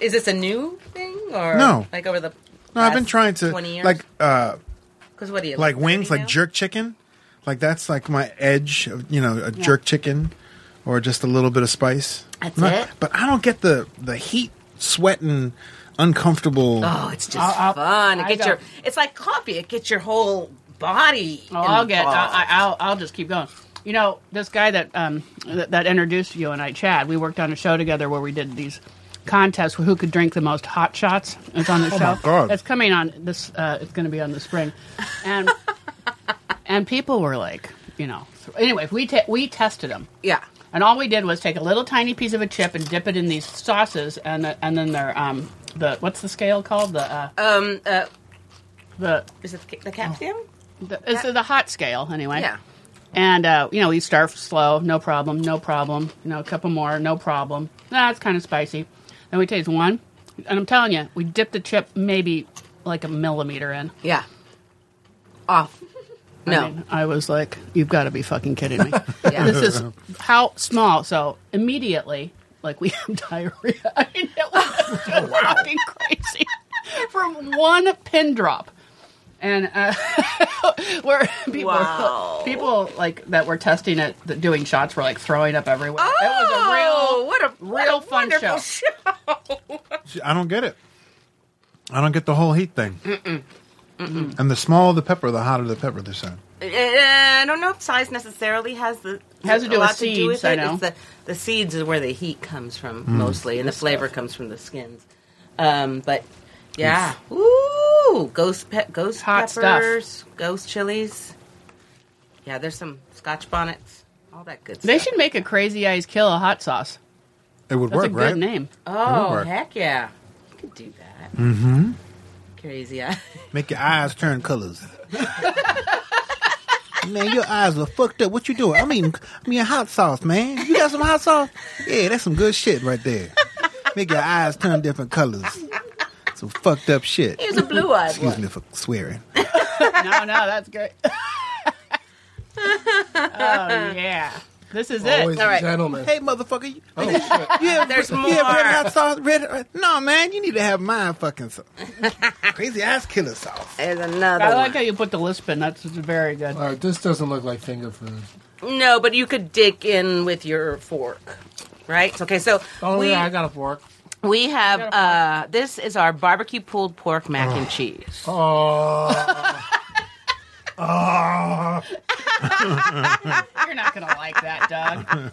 Is this a new thing or No. Like over the No, I've been trying to twenty years. like uh, because what do you like 30 wings, now? like jerk chicken. Like that's like my edge, of, you know, a jerk chicken, or just a little bit of spice. That's Not- it? But I don't get the the heat, sweat, and uncomfortable. Oh, it's just I'll- I'll- fun. It I gets your. don't- It's like coffee. It gets your whole body. Oh, I'll get. involved. I, I- I'll. I'll just keep going. You know, this guy that um that, that introduced you and I, Chad. We worked on a show together where we did these contests where who could drink the most hot shots. It's on the show. Oh, my God. It's coming on this. Uh, it's going to be on the spring, and and people were like, you know. Anyway, we te- we tested them. yeah. And all we did was take a little tiny piece of a chip and dip it in these sauces, and the, and then their um the what's the scale called the uh, Um. Uh, the, is it the, the capstan? the it's the hot scale anyway. Yeah. And uh, you know you start slow, no problem, no problem. You know a couple more, no problem. Nah, it's kind of spicy. Then we taste one, and I'm telling you, we dipped the chip maybe like a millimeter in. Yeah. Off. No. I, mean, I was like, you've got to be fucking kidding me. Yeah. This is how small. So immediately, like we have diarrhea. I mean, it was Oh, just fucking crazy from one pin drop. And uh, where people, Wow. people like that were testing it, that doing shots were like throwing up everywhere. it was a Oh, real, what a what real a fun wonderful show. I don't get it. I don't get the whole heat thing. And the smaller the pepper, the hotter the pepper. They said. Uh, I don't know if size necessarily has the Has to do a with lot to do seeds, with I it. know. It's the the seeds is where the heat comes from mostly, and the flavor comes from the skins. Um, but yeah, ooh, ghost pe- ghost Hot stuff. peppers, ghost chilies. Yeah, there's some Scotch bonnets, all that good They stuff. should make a Crazy Eyes Kill a hot sauce. It would That's work, a good right? name. It would oh work. heck yeah, you could do that. Mm-hmm. Crazy eye. Make your eyes turn colors. man, your eyes are fucked up. What you doing? I mean, I mean, hot sauce, man. You got some hot sauce? Yeah, that's some good shit right there. Make your eyes turn different colors. Some fucked up shit. Here's a blue eyed Excuse one. me for swearing. no, no, that's great. oh yeah, this Oh, is Always it. a right. gentleman. Hey, motherfucker. You, Oh, shit. you have, There's you have red more. hot sauce? Red, uh, no, man. You need to have mine fucking sauce. Crazy ass killer sauce. There's another. I one. like how you put the lisp in. That's very good. All right, this doesn't look like finger food. No, but you could dig in with your fork, right? Okay, so Oh, we yeah, I got a fork. we have uh, this is our barbecue pulled pork mac and cheese. Oh, You're not gonna like that, Doug.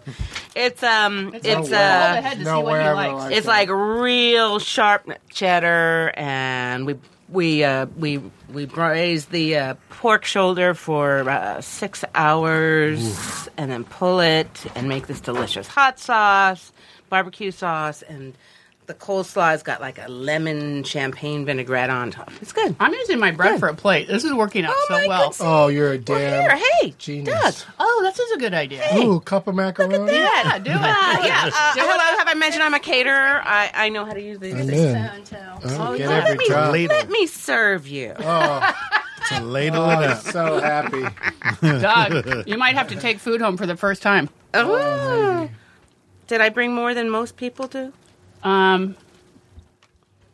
It's um, it's, It's uh, ahead to no see what way he I likes. like it's like real sharp cheddar, and we we uh, we we braise the uh, pork shoulder for uh, six hours, and then pull it and make this delicious hot sauce, barbecue sauce, and. The coleslaw's got like a lemon champagne vinaigrette on top. It's good. I'm using my bread for a plate. This is working out Oh so my well. goodness. oh, you're a damn. Here, hey, genius. Doug. Oh, this is a good idea. Ooh, cup of macaroni. Yeah, do Yeah, it. uh, hello. Have I mentioned I'm a caterer? I, I know how to use these. I'm things. in. Oh, get Let every me, drop. let me serve you. Oh, To Oh, ladle it I'm up. so happy. Doug, you might have to take food home for the first time. Ooh. Oh, Did I bring more than most people do? Um,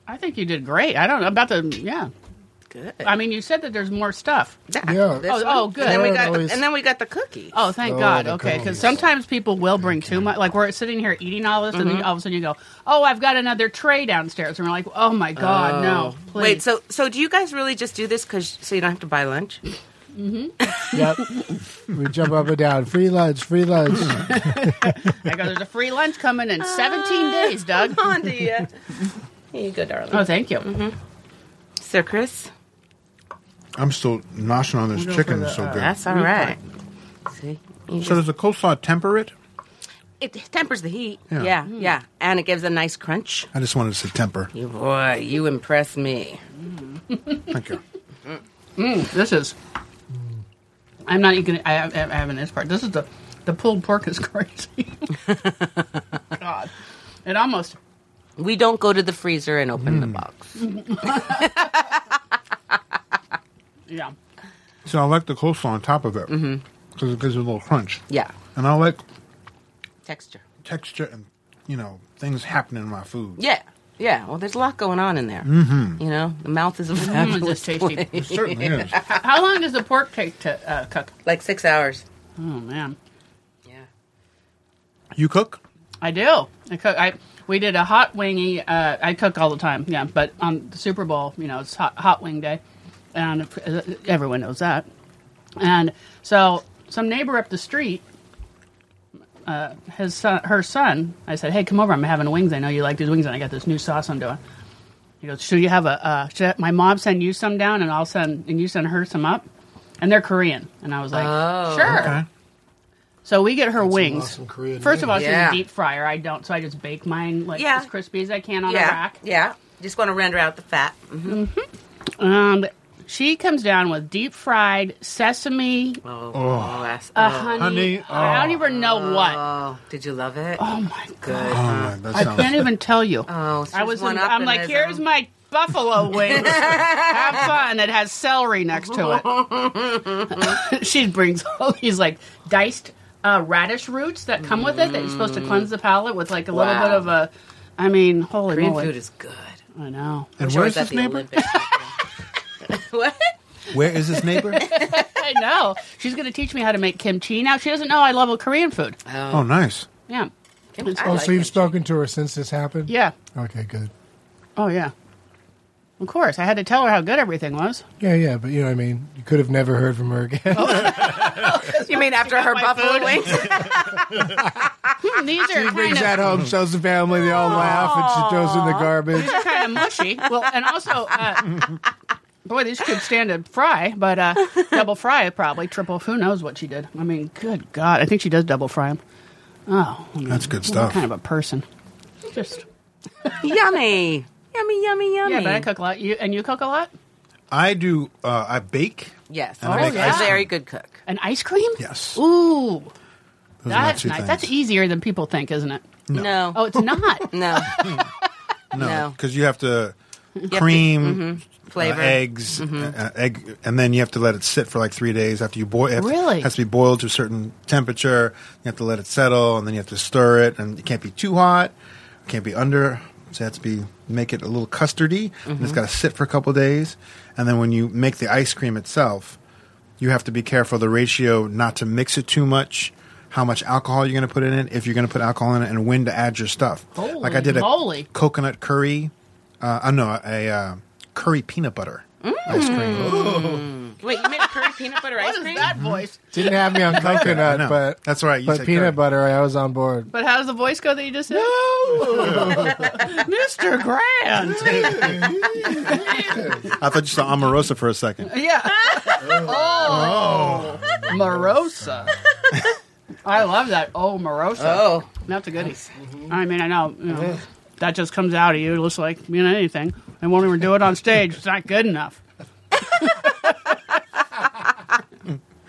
I think you did great. I don't know about the yeah. Good. I mean, you said that there's more stuff. Yeah. This Oh, one. oh, good. And then we Yeah, got, the, always- and then we got the cookie. Oh, thank Oh, God. the Okay, because cookies. sometimes people will bring too much. Like we're sitting here eating all this, Mm-hmm. and then all of a sudden you go, "Oh, I've got another tray downstairs," and we're like, "Oh my God, no!" Please. Wait, so so do you guys really just do this because so you don't have to buy lunch? Yep. We jump up and down. Free lunch, free lunch. I go, "There's a free lunch coming in 17 days, Doug." On to you. Here you go, darling. Oh, thank you. Sir Chris, I'm still noshing on this We're going chicken for that's so the, uh, good. That's all right. See, You so just- does the coleslaw temper it? it tempers the heat. Yeah. Yeah, yeah, Hmm. and it gives a nice crunch. I just wanted to say temper. You boy, you impress me. Thank you. Mm, this is. I'm not even. I, I, I haven't this part. This is the the pulled pork is crazy. God, it almost. We don't go to the freezer and open the box. Yeah. So I like the coleslaw on top of it because it gives it a little crunch. Yeah, And I like texture. texture and you know things happening in my food. Yeah, yeah. Well, there's a lot going on in there. Mm-hmm. You know, the mouth is a Mm, fabulous this tasty. It certainly is. How, how long does the pork take to uh, cook? Like six hours. Oh man, Yeah. You cook? I do. I cook. I we did a hot wingy. Uh, I cook all the time. Yeah, but on the Super Bowl, you know, it's hot, hot wing day, and uh, everyone knows that. And so, some neighbor up the street, uh, his son, her son, I said, "Hey, come over. I'm having wings. I know you like these wings, and I got this new sauce I'm doing." He goes, "Should you have a? Uh, should I- my mom send you some down, and I'll send and you send her some up?" And they're Korean, and I was like, "Sure." Okay. So we get her wings. awesome Korean First of meal. all, she's Yeah. a deep fryer. I don't, so I just bake mine like Yeah. as crispy as I can on yeah. a rack. Yeah. Just want to render out the fat. Um, she comes down with deep fried sesame, Oh, a honey. Uh, honey, I don't oh. even know what. Oh, did you love it? Oh my god! Good. Oh my, that I sounds. can't even tell you. Oh, so I was. one In, up I'm in like, his here's own- my buffalo wings. Have fun. It has celery next to it. she brings all these like diced uh, radish roots that come with it that you're supposed to cleanse the palate with like a Mm. Wow. little bit of a. I mean, holy Korean moly! food is good. I know. and Wish I where was is at this the neighbor? Olympics. what? Where is this neighbor? I know. She's going to teach me how to make kimchi. Now she doesn't know I love Korean food. oh, nice. Yeah. I Oh, like so you've kimchi. spoken to her since this happened? Yeah. Okay, good. Oh yeah. Of course, I had to tell her how good everything was. Yeah, yeah, but you know what I mean? You could have never heard from her again. Oh, You mean after her my buffalo food. wings? Hmm, These are kind Brings that of home, shows the family, they all laugh, and she throws in the garbage. kind of mushy. Well, and also, uh, boy, these could stand a fry, but uh, double fry probably triple. Who knows what she did? I mean, good God, I think she does double fry them. Oh, I mean, That's good what stuff. kind of a person. Just yummy. Yummy, yummy, yummy. yeah, but I cook a lot. You and you cook a lot. I do. Uh, I bake. Yes. And I make She's ice a Ah. very good cook. And ice cream. Yes. Ooh, Those are my that's two nice. things. That's easier than people think, isn't it? No. No. Oh, it's not. no. No, No. because you have to cream uh, Flavor. eggs, uh, egg, and then you have to let it sit for like three days after you boil. It has to- Really? has to be boiled to a certain temperature. You have to let it settle, and then you have to stir it, and it can't be too hot, it can't be under. So you have to be make it a little custardy, and it's got to sit for a couple days, and then when you make the ice cream itself, you have to be careful of the ratio not to mix it too much. How much alcohol you're going to put in it? If you're going to put alcohol in it, and when to add your stuff. like I Holy did a moly. coconut curry. Uh, uh, no, a uh, curry peanut butter Mm. ice cream. Wait, you made a curry peanut butter ice What cream? is that voice? Didn't have me on I coconut, know. but That's all right, you but said peanut curry. butter, I was on board. But how does the voice go that you just said? Mr. Grant. I thought you saw Omarosa for a second. yeah. Oh. Morosa. I love that. Oh, Morosa. Oh. That's a goodie. I mean, I know, you know that just comes out of you. It looks like you know anything. They won't even do it on stage. It's not good enough.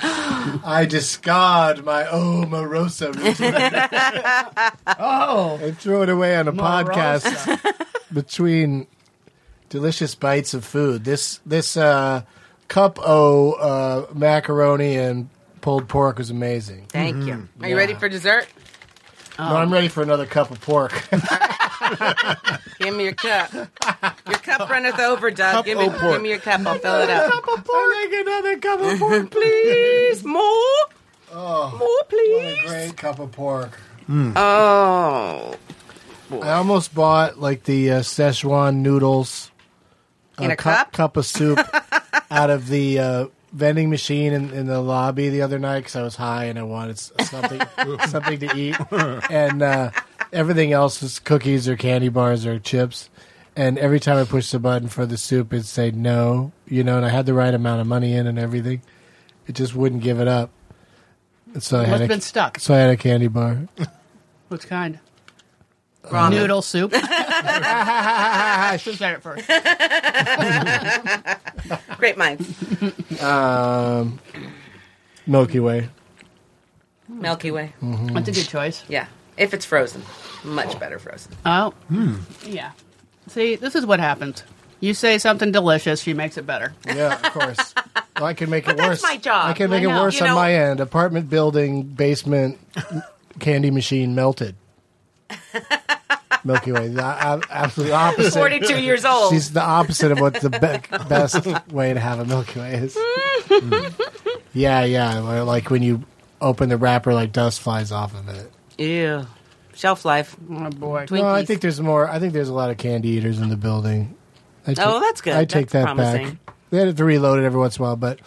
I discard my oh morosa routine Oh. and threw it away on a podcast Morosa. between delicious bites of food. This this uh, cup o uh, macaroni and pulled pork was amazing. Thank you. Are you ready for dessert? Oh. No, I'm ready for another cup of pork. Give me your cup. Your cup runneth over, Doug. give, me, o' pork. give me your cup. I'll fill it up. Make another cup of pork, please. please, more. more, Oh, What a please. great cup of pork. Oh. I almost bought like the uh, Szechuan noodles In a cu- cup? cup of soup out of the uh, vending machine in, in the lobby the other night because I was high and I wanted s- something something to eat, and uh, everything else was cookies or candy bars or chips. and every time I pushed the button for the soup, it'd say no, you know, and I had the right amount of money in and everything. It just wouldn't give it up. And so I Must've had a, been stuck. So I had a candy bar. Which kind? Ramen. Noodle soup. I should have said it first. Great minds. Um, Milky Way. Milky Way. Mm. That's a good choice. Yeah. If it's frozen, much better frozen. Oh. Yeah. See, this is what happens. You say something delicious, she makes it better. Yeah, of course. Well, I can make it that's worse. my job. I can make I know. it worse You on know- my end. Apartment building, basement, candy machine melted. Milky Way, the a- absolute opposite. 42 years old. She's the opposite of what the be- best way to have a Milky Way is. Yeah, yeah. where, Like when you open the wrapper, like dust flies off of it. Ew. Shelf life. Oh, boy. Twinkies. No, I think there's more. I think there's a lot of candy eaters in the building. I ta- Oh, that's good. I take That's that promising. back. They have to reload it every once in a while, but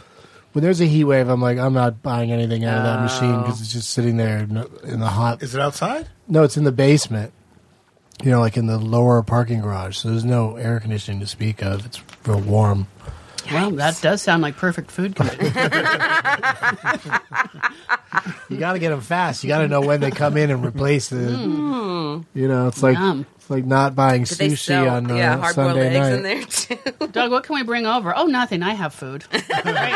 when there's a heat wave, I'm like, I'm not buying anything out of that Oh. machine because it's just sitting there in the- in the hot. Is it outside? No, it's in the basement. You know, like in the lower parking garage, so there's no air conditioning to speak of. It's real warm. Well, that does sound like perfect food. conditioning. You got to get them fast. You got to know when they come in and replace it. You know, it's like Yum. it's like not buying Do Hmm. they sushi sell, on uh, yeah, hard boiled Sunday eggs night. in there too? Doug, what can we bring over? Oh, nothing. I have food. Great.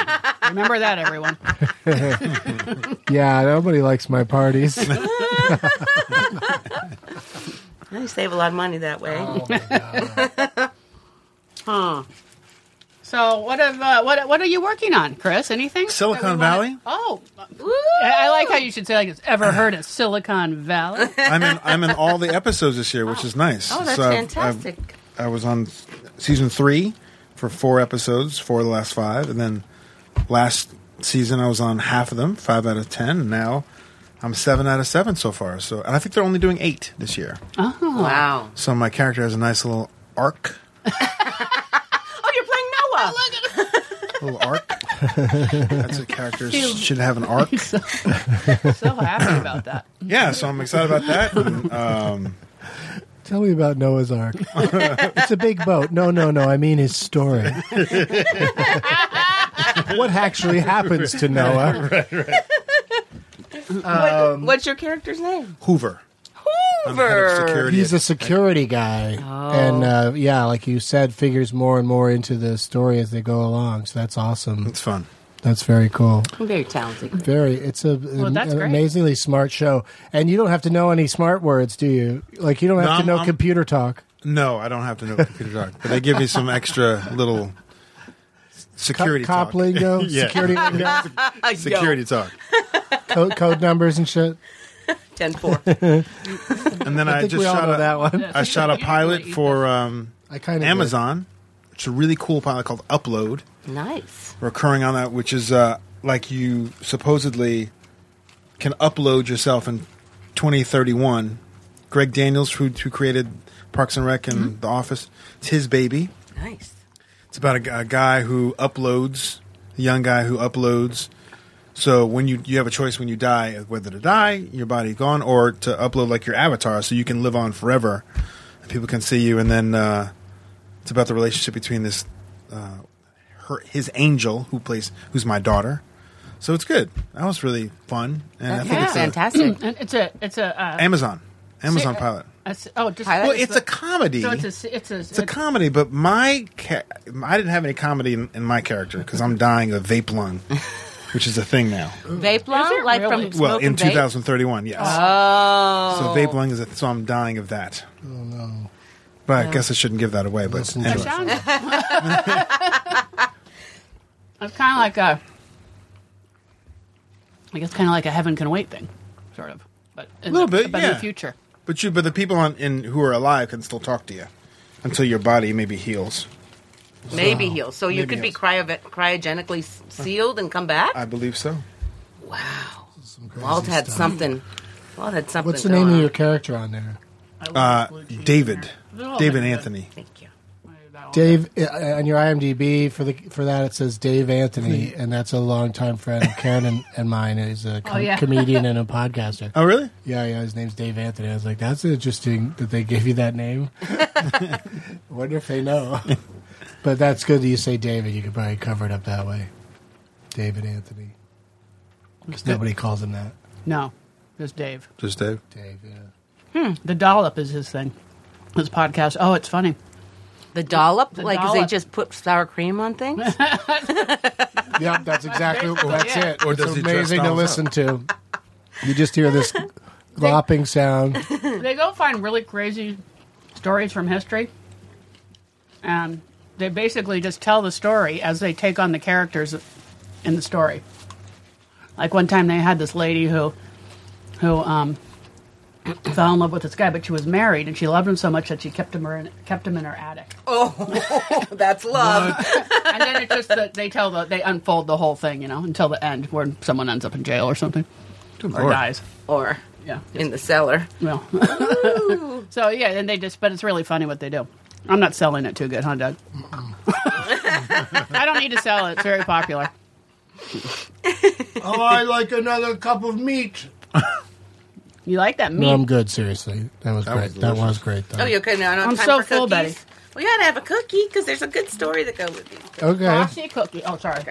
Remember that, everyone. Yeah, nobody likes my parties. you save a lot of money that way. Oh. So, what have uh, what what are you working on, Chris? Anything? Silicon that we wanna- Valley? Oh, I, I like how you should say like it's ever heard of Silicon Valley. I'm in. I'm in all the episodes this year, which is nice. Oh, that's So I've- I've- fantastic. I was on season three for four episodes, four of the last five, and then last season I was on half of them, five out of ten. And now I'm seven out of seven so far. So, and I think they're only doing eight this year. wow. So my character has a nice little arc, Oh, you're playing Noah. little arc. That's what characters should have an arc. so happy about that. Yeah, so I'm excited about that. And, um, Tell me about Noah's Ark. it's a big boat. No, no, no. I mean his story. what actually happens to Noah? what, what's your character's name? Hoover. I'm head of security He's at- a security guy, Oh. and uh, yeah, like you said, figures more and more into the story as they go along. So that's awesome. It's fun. That's very cool. Very talented. Very. It's a an- that's an great. amazingly smart show, and you don't have to know any smart words, do you? Like you don't have No, to I'm- know I'm- computer talk. No, I don't have to know computer talk, but they give me some extra little security cop talk. lingo, Yeah. security lingo, security talk. code, code numbers and shit. Ten four. And then I I, think just we all shot know a, that one. I shot a pilot for um, I kind of Amazon. It's a really cool pilot called Upload. nice. Recurring on that, which is uh, like you supposedly can upload yourself in 2031. Greg Daniels, who, who created Parks and Rec and The Office, it's his baby. Nice. It's about a, gu- a guy who uploads, a young guy who uploads. So when you you have a choice when you die of whether to die, your body gone, or to upload like your avatar, so you can live on forever, and people can see you. And then uh, it's about the relationship between this uh, her, his angel who plays who's my daughter. So it's good. That was really fun, and I think Yeah. it's a- Fantastic. And it's a it's a, uh, Amazon Amazon pilot. a s- oh just Pilot? Well, it's a comedy. so it's a s- it's a It's a comedy, but my ca- I didn't have any comedy in, in my character because I'm dying of vape lung, which is a thing now. vape lung, it like really? from smoke well, in and vape? 2031, yes. Oh. So vape lung is a, so I'm dying of that. Oh no! But I guess I shouldn't give that away. But Listen to anyway. sounds. it's kind of like a. I guess kind of like a heaven can wait thing, sort of, but in Little the, bit, but in the yeah. future. but you, but the people on in who are alive can still talk to you until your body maybe heals. Maybe heals. So you Maybe could be heals. cryo- cryogenically s- sealed and come back? I believe so. wow. Walt had something. Walt had something. What's the name going of on. your character on there? Uh, David, Oh, David that's good. Anthony. Thank you. That Dave uh, on your IMDb for the for that it says Dave Anthony, and that's a longtime friend of Karen and, and mine. He's Oh, a com- yeah. comedian and a podcaster. Oh, really? Yeah, yeah. His name's Dave Anthony. I was like, that's interesting that they gave you that name. Wonder if they know. but that's good that you say David. You could probably cover it up that way. David Anthony, because nobody calls him that. No, it's Dave. Just Dave. Dave. Yeah. The dollop is his thing. His podcast. Oh, it's funny. The dollop, The like 'cause dollop. they just put sour cream on things. Yep, that's exactly. that's yeah. it. Or it's does he dress amazing to Donald listen to. You just hear this glopping sound. They go find really crazy stories from history, and they basically just tell the story as they take on the characters in the story. Like one time, they had this lady who, who um, fell in love with this guy, but she was married, and she loved him so much that she kept him her, kept him in her attic. Oh, that's love. and then it just that they tell the they unfold the whole thing, you know, until the end where someone ends up in jail or something or Lord. dies. Or Yeah. in the cellar. Well. so yeah, and they just but it's really funny what they do. I'm not selling it too good, huh, Doug? I don't need to sell it. It's very popular. Oh, I like another cup of meat. Um, You like that meat? No, I'm good. Seriously, that was great. was that was great. Though. Oh, you okay now? I don't I'm have time for so full, cookies. Betty. We gotta have a cookie because there's a good story to go with these. okay. Glossy cookie. Oh, sorry.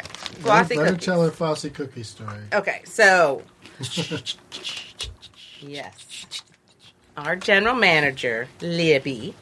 Glossy Let her cookie. tell her Fosse cookie story. Okay, so yes, our general manager Libby,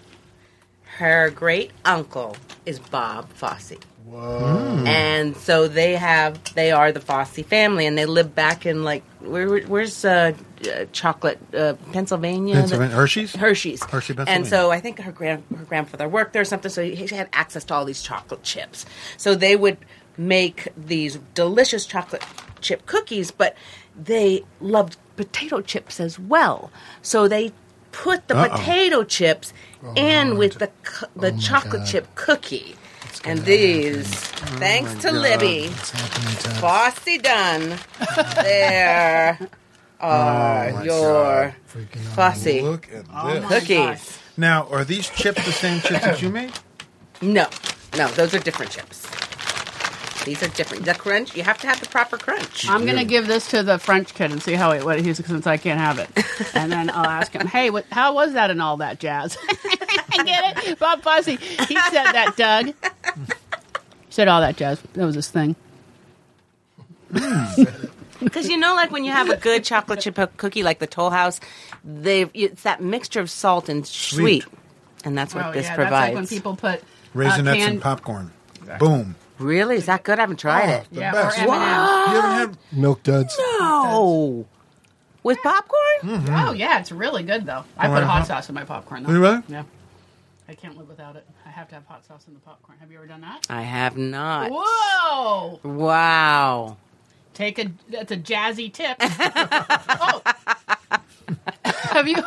her great uncle is Bob Fosse, Whoa. and so they have they are the Fosse family, and they live back in like where where's uh, uh, chocolate uh, Pennsylvania. Pennsylvania. Hershey's? Hershey's. Hershey, And Pennsylvania. so I think her grand her grandfather worked there or something, so he- she had access to all these chocolate chips. So they would make these delicious chocolate chip cookies, but they loved potato chips as well. So they put the Uh-oh. Oh, potato chips in Lord. with the cu- the chocolate God. chip cookie. And these, Oh, thanks to Libby, It's happening to Bossy Dunn, there are your freaking out. Fosse Oh, Look at Oh this. cookies. Now, are these chips the same chips that you made? No, no, those are different chips. These are different. The crunch, you have to have the proper crunch. I'm gonna give this to the French kid and see how it what he's since I can't have it, and then I'll ask him, "Hey, what, how was that and all that jazz?" I get it, Bob Fosse. He said that, Doug. He said all that jazz. That was his thing. Because you know, like when you have a good chocolate chip cookie, like the Toll House, they it's that mixture of salt and sweet, Sweet. and that's what this Oh, that's provides. like when people put Raisinets uh, and popcorn. Boom. really, is that good? I haven't tried it. The Oh, Yeah, or best. M&Ms. Wow. You haven't Milk duds. No, with popcorn. Oh yeah, it's really good though. I put wanna hot pop- sauce in my popcorn. Though. You really? Yeah. I can't live without it. I have to have hot sauce in the popcorn. Have you ever done that? I have not. Whoa! Wow. Take a that's a jazzy tip. oh. have you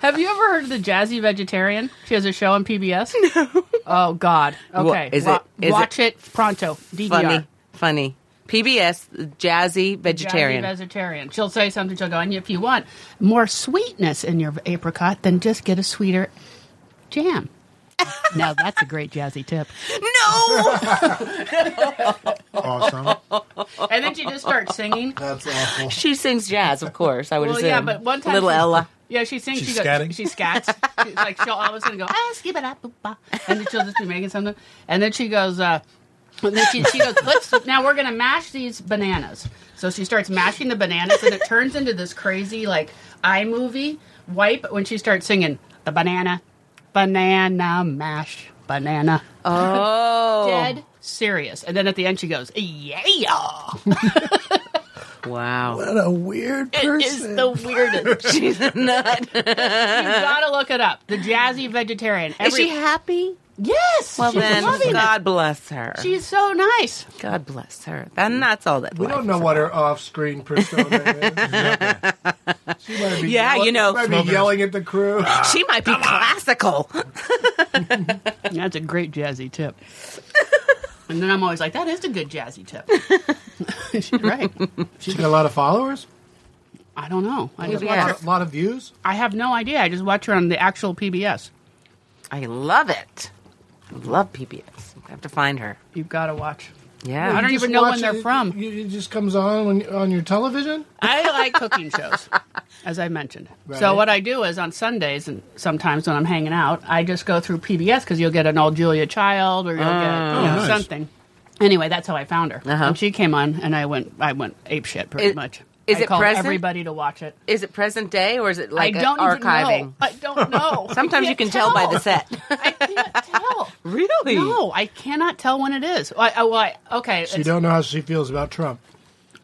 have you ever heard of the jazzy vegetarian? She has a show on PBS. No. Oh God. Wha- Okay. is Wa- it- is watch it, pronto. DVR. Funny, funny. PBS jazzy vegetarian. Jazzy vegetarian. She'll say something. She'll go, and if you want more sweetness in your apricot, then just get a sweeter jam. now that's a great jazzy tip. no. Awesome. And then she just starts singing. That's awful. She sings jazz, of course. I would Well, assume. yeah, but one time little she- Ella. Yeah, she sings. She's she goes, scatting? She scats. She's like she'll all of a sudden go, ah, skip it up, boop, bah," and then she'll just be making something. And then she goes, uh, and then she, she goes, let's now we're gonna mash these bananas. So she starts mashing the bananas, and it turns into this crazy like iMovie wipe when she starts singing the banana, banana mash, banana. Oh, Dead serious. And then at the end she goes, yeah. wow. What a weird person. It is the weirdest. She's a nut. you gotta look it up. The jazzy vegetarian. Is Every- she happy? Yes. Well, she's then, loving God bless her. it. She's so nice. God bless her. Then that's all that. we life don't know is what about. her off-screen persona is. she might be Yeah, you know. she might be yelling at the crew. She might be classical. That's a great jazzy tip. and then I'm always like, that is a good jazzy tip. She's right. She's got a lot of followers. I don't know. I, just Maybe watch I- her. A lot of views. I have no idea. I just watch her on the actual PBS. I love it. I love PBS. I have to find her. You've got to watch. Yeah. I don't Just even know watch when they're it- from. It, it just comes on when, on your television. I like cooking shows, as I mentioned. So what I do is on Sundays and sometimes when I'm hanging out, I just go through PBS because you'll get an old Julia Child or Oh, you'll get you know, nice. something. Anyway, that's how I found her. Uh-huh. And she came on, and I went, I went ape shit pretty Is- much. is I it called present? everybody to watch it. Is it present day or is it like I don't a- even archiving? know. I don't know. I Sometimes you can't can tell. by the set. I can't tell. really? No, I cannot tell when it is. I, I, well, I, okay. So you it's- don't know how she feels about Trump.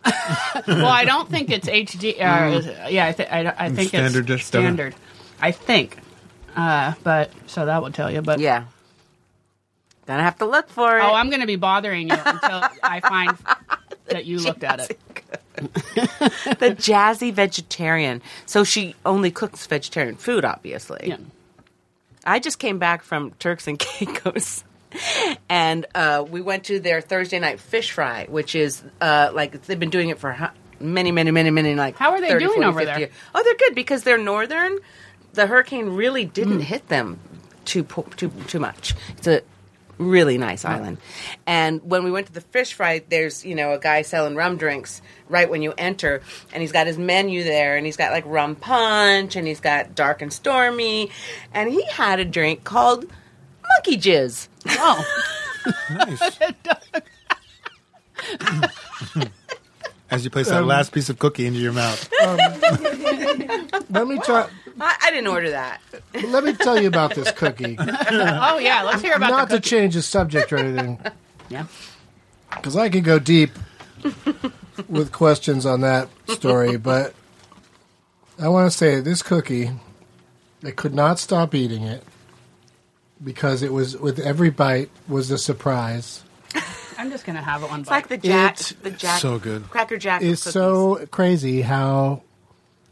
well, I don't think it's HD. Or, Yeah, I, th- I, don't- I think standard it's just doesn't- standard. I think. Uh, but so that will tell you. But Yeah. Gonna have to look for it. oh, I'm going to be bothering you until I find that you looked at it. the jazzy vegetarian. So she only cooks vegetarian food, obviously. Yeah. I just came back from Turks and Caicos, and uh, we went to their Thursday night fish fry, which is uh, like they've been doing it for hu- many, many, many, many like How are they 30, doing 40, over 50 there? years. Oh, they're good because they're northern. The hurricane really didn't hit them too po- too too much. It's a really nice island. And when we went to the fish fry, there's you know a guy selling rum drinks right when you enter, and he's got his menu there, and he's got like rum punch, and he's got dark and stormy, and he had a drink called monkey jizz. Oh, Nice. As you place that last piece of cookie into your mouth. Let me talk. I, I didn't order that. Let me tell you about this cookie. oh yeah. Let's hear about Not the to cookie. change the subject or anything, yeah. because I could go deep with questions on that story, but I want to say this cookie, I could not stop eating it because it was with every bite was a surprise. I'm just going to have it one It's like bite. the Jack, It's the Jack, so good. Cracker Jack. It's cookies. so crazy how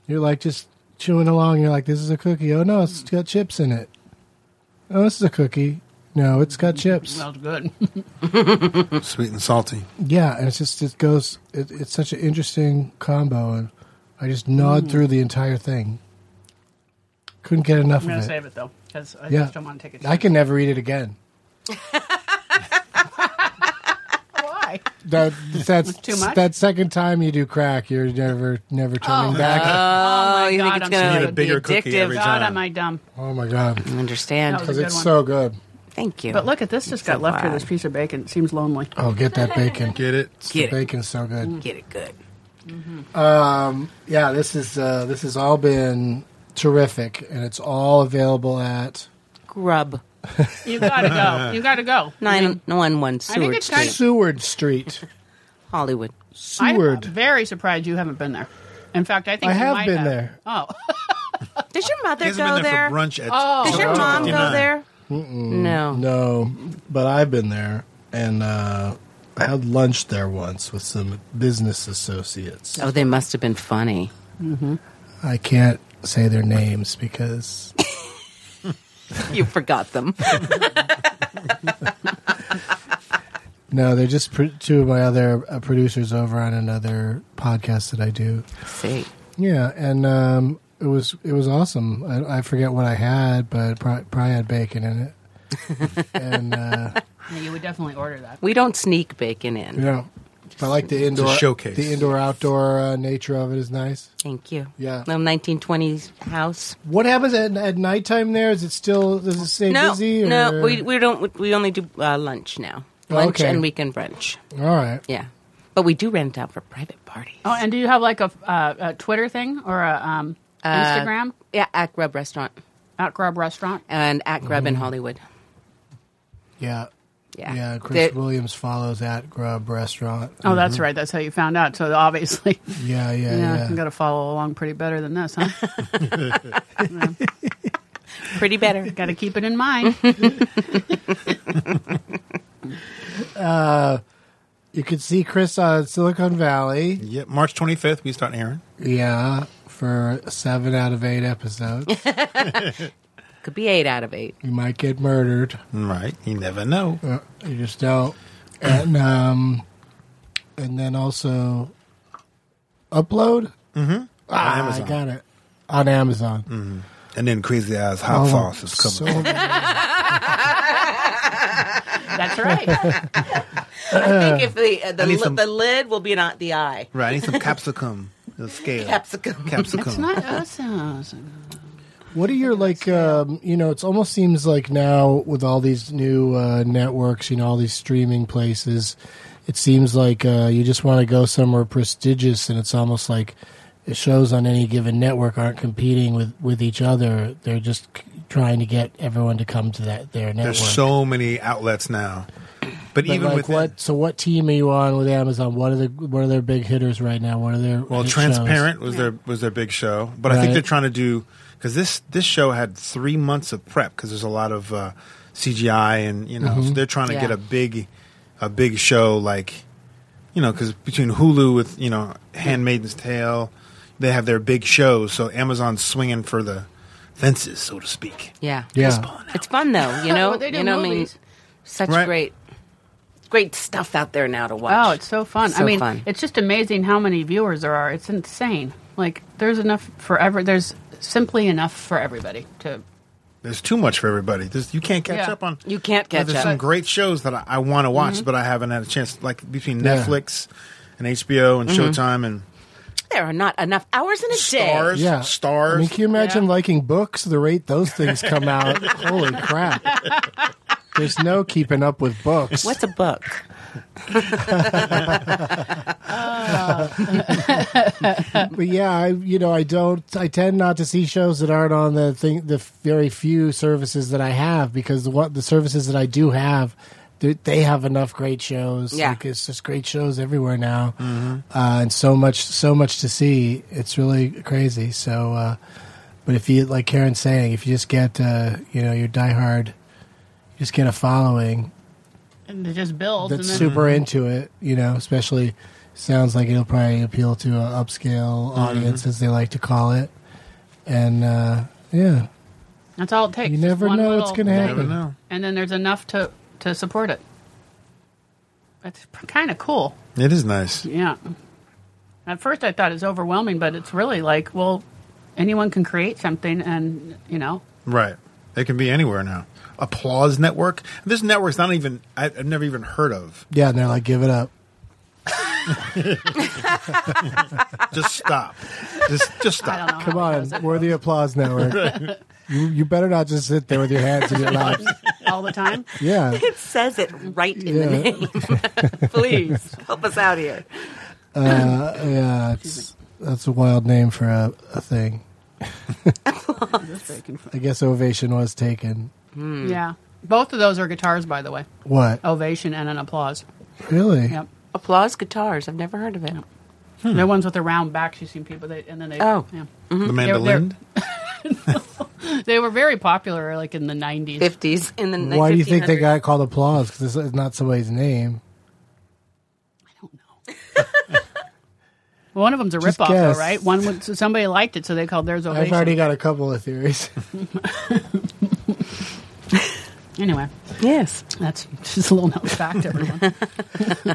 you're like just chewing along. You're like, this is a cookie. Oh no, it's got chips in it. Oh, this is a cookie. No, it's got chips. Smells good. Sweet and salty. Yeah, and it's just it goes. It, it's such an interesting combo, and I just gnawed Mm. through the entire thing. Couldn't get enough I'm going of to it. save it though because I yeah, just don't want to take it. I can never eat it again. Why? That that's Too much? That second time you do crack, you're never never turning back. Oh, you think God, it's gonna I'm sorry. You need like, a be bigger cookie every addictive. God, time. am I dumb? oh my god, I understand. That because was a good it's one. so good. Thank you. But look at this. Just got left for glad. this piece of bacon. It seems lonely. Oh, get that bacon. Get it? the Get it. Mm. bacon's so good. get it good. Yeah, this is uh, this has all been terrific, and it's all available at Grub You gotta go. You gotta go. nine one one I think Seward it's Street, kind of. Seward Street. Hollywood. I'm Seward. very surprised you haven't been there. In fact, I think I you have might been have. there. Oh, Does your He mother hasn't go been there, there? for brunch at Oh. Does your Oh. mom go 59. there? No. No, but I've been there and uh, I had lunch there once with some business associates. Oh, they must have been funny. I can't say their names because You forgot them. no, they're just pr- two of my other uh, producers over on another podcast that I do. See, Yeah, and um, it was it was awesome. I, I forget what I had, but probably, probably had bacon in it. and uh, yeah, you would definitely order that. we don't sneak bacon in. yeah, I like the indoor showcase. The indoor outdoor uh, nature of it is nice. Thank you. Yeah. Little 1920s house. What happens at, at nighttime there? Is it still does it stay No, busy? Or? no, we we don't. We only do uh, lunch now. Lunch Okay. and weekend brunch. all right. Yeah, but we do rent out for private parties. Oh, and do you have like a, uh, a Twitter thing or a um, Instagram Yeah, at Grub Restaurant at Grub Restaurant? and at Grub in Hollywood. Yeah. Yeah. Yeah, Chris They- Williams follows at Grub Restaurant. Oh, that's right. That's how you found out. So obviously, Yeah, yeah, yeah, yeah. you got to follow along pretty better than this, huh? Pretty better. got to keep it in mind. You could see Chris on Silicon Valley. Yep, March 25th, we start airing. Yeah, for seven out of eight episodes. Could be eight out of eight. you might get murdered. Right. You never know. Uh, You just don't. And um, and then also upload. Mm-hmm. Ah, Amazon. Mm. I got it on Amazon. And then Crazy Eyes Hot Oh, Sauce is coming. so good. That's right. I think if the uh, the, I need li- some- the lid will be not the eye. Right, I need some capsicum. The scale. Capsicum. Capsicum. It's not us. What are your like? Um, you know, it almost seems like now with all these new uh, networks, you know, all these streaming places, it seems like uh, you just want to go somewhere prestigious, and it's almost like the shows on any given network aren't competing with with each other. They're just c- trying to get everyone to come to that their network. There's so many outlets now. But But, even like with what? So what team are you on with Amazon? What are the what are their big hitters right now? What are their Well, hit Transparent was their was their big show, but I think Right. they're trying to do because this this show had three months of prep because there's a lot of uh, CGI and you know so they're trying to Yeah. get a big a big show like you know because between Hulu with you know Handmaid's Tale they have their big shows so Amazon's swinging for the fences so to speak. Yeah. Shows? Come Yeah. on now. It's fun though, you know. Well, they do you know, movies. I mean, such Right. great, great stuff out there now to watch. Oh, it's so fun. I So mean, fun. it's just amazing how many viewers there are. It's insane. Like there's enough for every. There's simply enough for everybody to. There's too much for everybody. There's, you can't catch Yeah. up on. You can't Yeah, catch there's up. Mm-hmm. some great shows that I, I want to watch, but I haven't had a chance. Like between Yeah. Netflix and HBO and Showtime and there are not enough hours in a Mm-hmm. day. Stars, Yeah, Stars. I mean, can you imagine Yeah. liking books the rate those things come out? Holy crap! There's no keeping up with books. What's a book? But yeah, I you know I don't. I tend not to see shows that aren't on the thing. The very few services that I have because the what the services that I do have. They they have enough great shows. Yeah. Like, it's just great shows everywhere now, uh, and so much, so much to see. It's really crazy. So, uh, but if you like Karen's saying, if you just get uh, you know your diehard, you just get a following, And it just builds. that's and then, super into it, you know, especially sounds like it'll probably appeal to an upscale Mm-hmm. audience, as they like to call it. And uh, yeah, That's all it takes. you Just never one know what's little going to thing. Never happen. know. And then there's enough to to support it. That's kind of cool. It is nice. Yeah. At first, I thought it's overwhelming, but it's really like, well, anyone can create something, and you know, Right. It can be anywhere now. Applause Network. This network's not even, I, I've never even heard of. Yeah, and they're like, give it up. Just stop. just, just stop. I don't know. how Come it on, goes. we're the applause network. you, you better not just sit there with your hands in your laps. all the time. Yeah. It says it right in the Yeah. name. Please help us out here. Uh, yeah, it's, that's a wild name for a, a thing. I guess Ovation was taken. Hmm. Yeah. Both of those are guitars, by the way. What? Ovation and an applause. Really? Oh. Yep. Applause guitars. I've never heard of it. Hmm. They're ones with the round backs. You've seen people, they, and then they. Oh. yeah. The mandolin. They were very popular, like in the nineties. Fifties in the Why do you think they 1500s. got it called applause? Because it's not somebody's name. One of them's a Just ripoff, guess. though, right? One was, so somebody liked it, so they called theirs I've ovation. already got a couple of theories. Anyway, Yes. that's just a little known fact, everyone.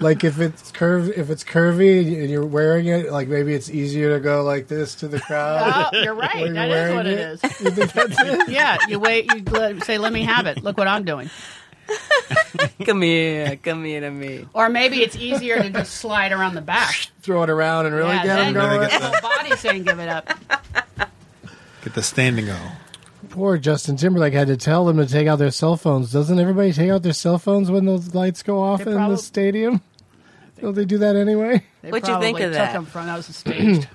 like if it's curved, if it's curvy and you're wearing it, like maybe it's easier to go like this to the crowd. oh, you're right. When That you're is what wearing it is. yeah, you wait. You let, say, "Let me have it. Look what I'm doing." Come here. Come here to me. Or maybe it's easier to just slide around the back. Throw it around and really yeah, get then them going. your whole body's saying, "Give it up." Get the standing O. Poor Justin Timberlake had to tell them to take out their cell phones. Doesn't everybody take out their cell phones when those lights go off They in probab- the stadium? Don't they do that anyway? They What'd you think probably of took that? them from that was staged.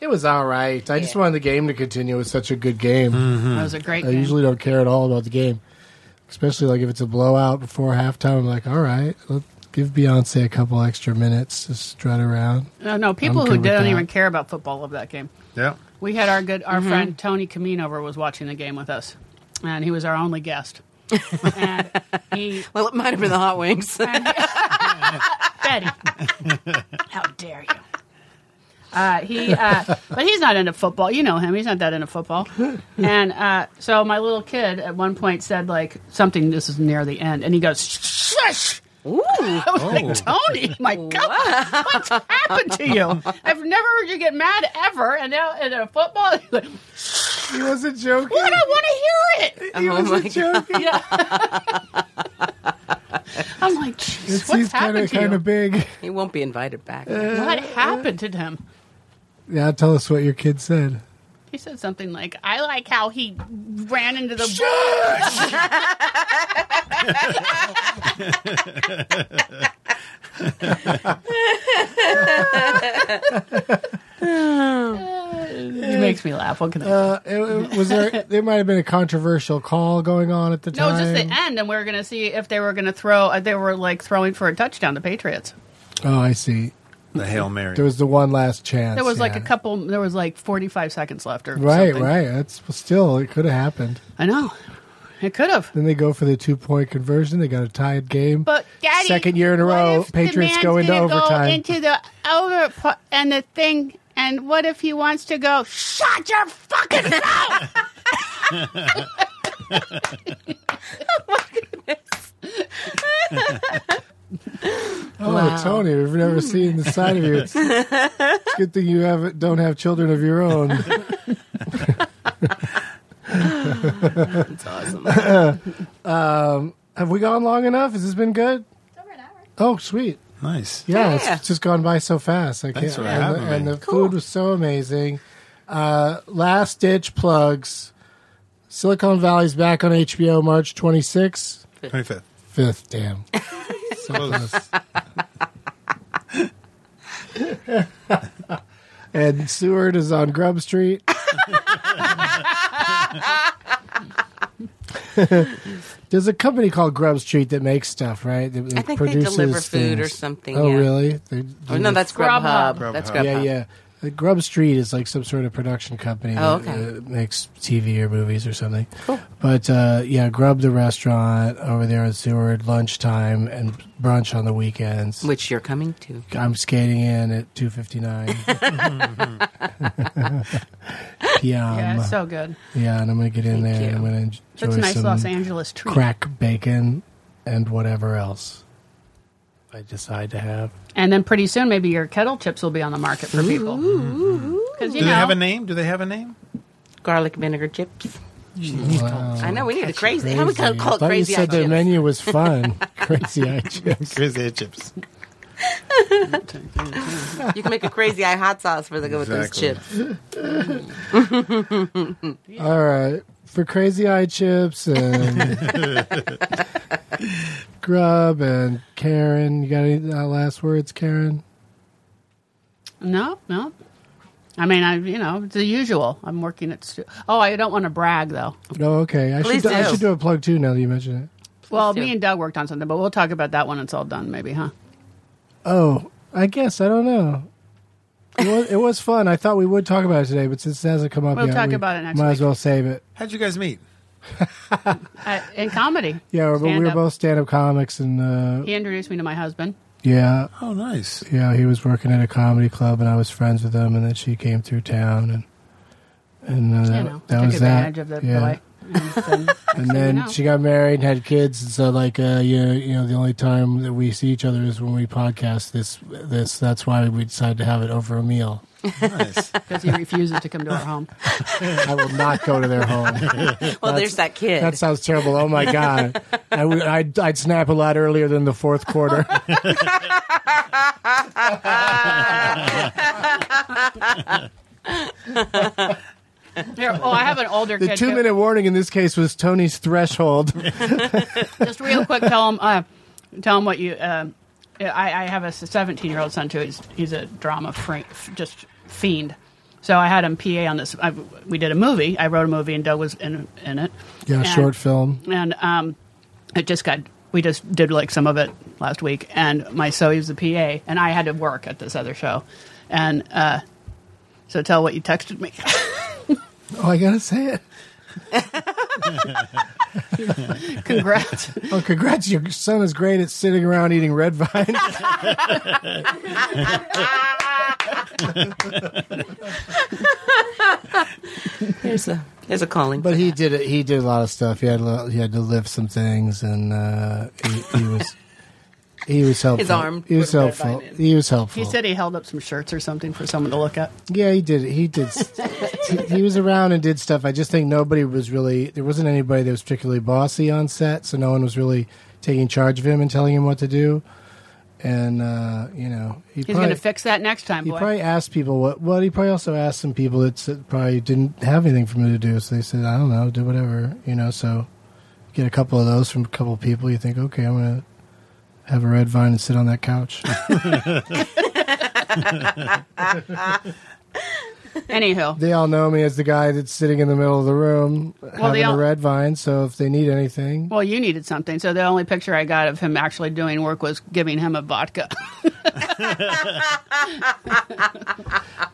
It was all right. I just wanted the game to continue. It was such a good game. That was a Mm-hmm. great. Hmm. I game. usually don't care at all about the game, especially like if it's a blowout before halftime. I'm like, all right, let's give Beyonce a couple extra minutes to strut around. No, no, people I'm who good with don't that. even care about football love that game. Yeah. We had our good, Mm-hmm. our friend Tony Kaminover was watching the game with us, and he was our only guest. and he, Well, it might have been the hot wings. Betty, how dare you? Uh, he, uh, but he's not into football. You know him; he's not that into football. And uh, so my little kid at one point said like something. This is near the end, and he goes, "Shush." Ooh. I was like, Tony, my God, what's happened to you? I've never heard you get mad ever, and now in a football, he's like, He wasn't joking. I don't want to hear it. He Oh wasn't my joking. Yeah. I'm like, jeez, what's He's kind happened of to you? kind of big. He won't be invited back. Uh, what happened to him? Yeah, tell us what your kid said. He said something like, "I like how he ran into the." He makes me laugh. What can I? Uh, it- it- was there? there might have been a controversial call going on at the No, time. just the end, and we are going to see if they were going to throw. uh, They were like throwing for a touchdown. The Patriots. Oh, I see. The Hail Mary. There was the one last chance. There was like yeah. a couple. There was like forty-five seconds left, or Right, something. right. That's still it could have happened. I know. It could have. Then they go for the two point conversion. They got a tied game. But Daddy, Second year in a what row, if the Patriots man's go into gonna overtime. Go into the over pa- and the thing. And what if he wants to go? Shut your fucking mouth! oh, Tony, we've never seen the side of you. It's, it's a good thing you have don't have children of your own. That's awesome. Um, have we gone long enough? Has this been good? Oh, sweet. nice. Yeah, Yeah. it's just gone by so fast. I can't. Thanks for and, having the, and me. the food was so amazing. Uh, last ditch plugs. Silicon Valley's back on HBO March 26th. 25th. Fifth, damn. So Close. close. and Seward is on Grub Street. There's a company called Grub Street that makes stuff, right? That I think they produces deliver food or things. something, Oh, yeah. really? They, Oh, no, that's Grubhub. Grubhub. That's Grubhub. Grubhub. yeah, yeah. The Grub Street is like some sort of production company Oh, that okay. uh, makes TV or movies or something. Cool. But uh, yeah, Grub the restaurant over there in Seward, lunchtime and brunch on the weekends. Which you're coming to. I'm skating in at 2:59 p.m. yeah, it's so good. Yeah, and I'm gonna get in there and I'm gonna enjoy That's a nice some Los Angeles treat. crack bacon and whatever else I decide to have. And then pretty soon, maybe your kettle chips will be on the market for people. Because you Do they know, have a name? Do they have a name? Garlic vinegar chips. Wow. I know we need a crazy. How we Crazy. gonna call I it thought crazy? you said Eye the Chips? menu was fun. crazy eye chips. Crazy Head Chips. You can make a crazy eye hot sauce for the go with those Exactly. chips. All right, for crazy eye chips and grub and Karen. You got any uh, last words, Karen? no, no. I mean, I you know, it's the usual. I'm working at. Stu- oh, I don't want to brag though. No, Oh, okay. I Please should do. I do. should do a plug too. Now that you mention it. Well, do. me and Doug worked on something, but we'll talk about that when it's all done, maybe, huh? Oh, I guess I don't know. It was, it was fun. I thought we would talk about it today, but since it hasn't come up We'll yet, talk we about it next might as week. well save it. How'd you guys meet? Uh, in comedy, Yeah, but we were Stand-up. both stand-up comics, and uh, he introduced me to my husband. yeah, Oh, nice. yeah, he was working at a comedy club, and I was friends with him, and then she came through town, and and uh, you that, know, that took was that. advantage of the yeah. delay. And then- And then know. she got married and had kids, and so like uh, you know, you know, the only time that we see each other is when we podcast this. This that's why we decided to have it over a meal. Nice. because he refuses to come to our home. I will not go to their home. Well, there's that kid. That sounds terrible. Oh my god, I would, I'd, I'd snap a lot earlier than the fourth quarter. Here, oh, I have an older The kid. two too. minute warning in this case was Tony's threshold. Just real quick, tell him, uh, tell him what you. Uh, I, I have a 17 year old son too. He's he's a drama freak, just fiend. So I had him PA on this. I, we did a movie. I wrote a movie, and Doug was in in it. Yeah, And- short film. and um, it just got we just did like some of it last week and my so he's the pa and i had to work at this other show and uh, so tell what you texted me Oh, I gotta say it. congrats Oh, congrats! Your son is great at sitting around eating red vines. There's a there's a calling. But he did it. He did a lot of stuff. He had a lot- he had to lift some things, and uh, he, he was He was helpful. arm He was would have been helpful. fine. He was helpful. He said he held up some shirts or something for someone to look at. Yeah, he did. He did. he, he was around and did stuff. I just think nobody was really. There wasn't anybody that was particularly bossy on set, so no one was really taking charge of him and telling him what to do. And uh, you know, he He's probably, going to fix that next time, He boy. probably asked people what. Well, he probably also asked some people that said- probably didn't have anything for me to do, so they said, "I don't know, do whatever," you know. So you get a couple of those from a couple of people. You think, okay, I'm gonna have a red vine and sit on that couch. Anywho, they all know me as the guy that's sitting in the middle of the room they having all- a red vine. So if they need anything, well, you needed something, so the only picture I got of him actually doing work was giving him a vodka.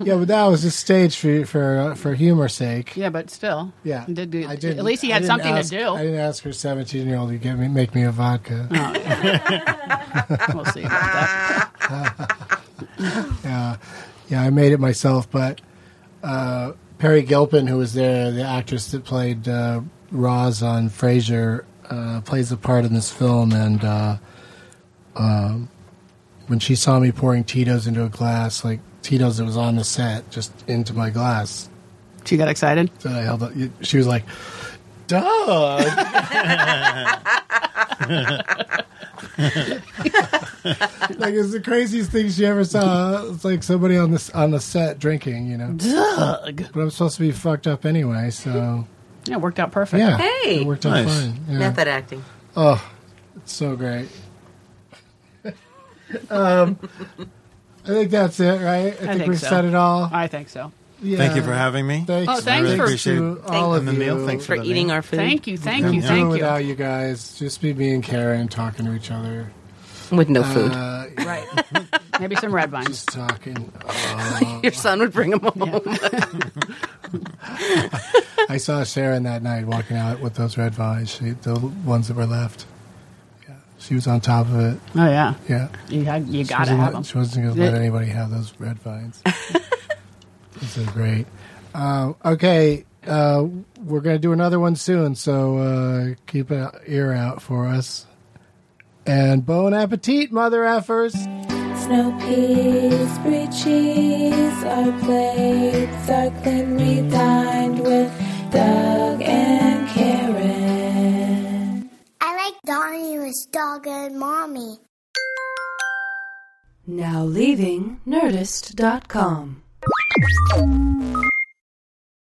yeah, but that was just stage for for uh, for humor's sake. yeah, but still, Yeah, did do, I didn't- at least he I had didn't something ask- to do. Mm. I didn't ask her seventeen year old to get me make me a vodka. we'll see about that. Yeah, Uh, yeah, I made it myself. But uh, Perry Gilpin, who was there, the actress that played uh, Roz on Frasier, uh, plays a part in this film. And uh, um, when she saw me pouring Tito's into a glass, like Tito's that was on the set, just into my glass, She got excited. that I held up, she was like, "Duh." like it's the craziest thing she ever saw. It's like somebody on this on the set drinking, you know. Doug. But I'm supposed to be fucked up anyway, so Yeah, it worked out perfect. yeah, Hey. it worked out Nice. fine. Yeah. Oh, Method acting. It's so great. um, I think that's it, right? I, think, think we've so. said it all. I think so. Yeah. Thank you for having me. Thanks, Oh, thanks to for- Appreciate all of the you. meal. Thanks For the eating meal. our food. Thank you, thank Couldn't you, do thank it you. without you guys. Just be me and Karen talking to each other. With no food. Uh, Right. Maybe some red vines. just talking. Your son would bring him home. I saw Sharon that night walking out with those red vines, she, the ones that were left. Yeah, she was on top of it. Oh yeah, Yeah, you, had- you She gotta wasn't have let- them. She wasn't going to let Yeah. anybody have those red vines. These are great. Um, okay, uh, we're going to do another one soon, so uh, keep an ear out for us. And bon appetit, mother effers. Snow peas, brie cheese, our plates are clean. We dined with Doug and Karen. I like Donnie was dog and mommy. Now leaving Nerdist.com.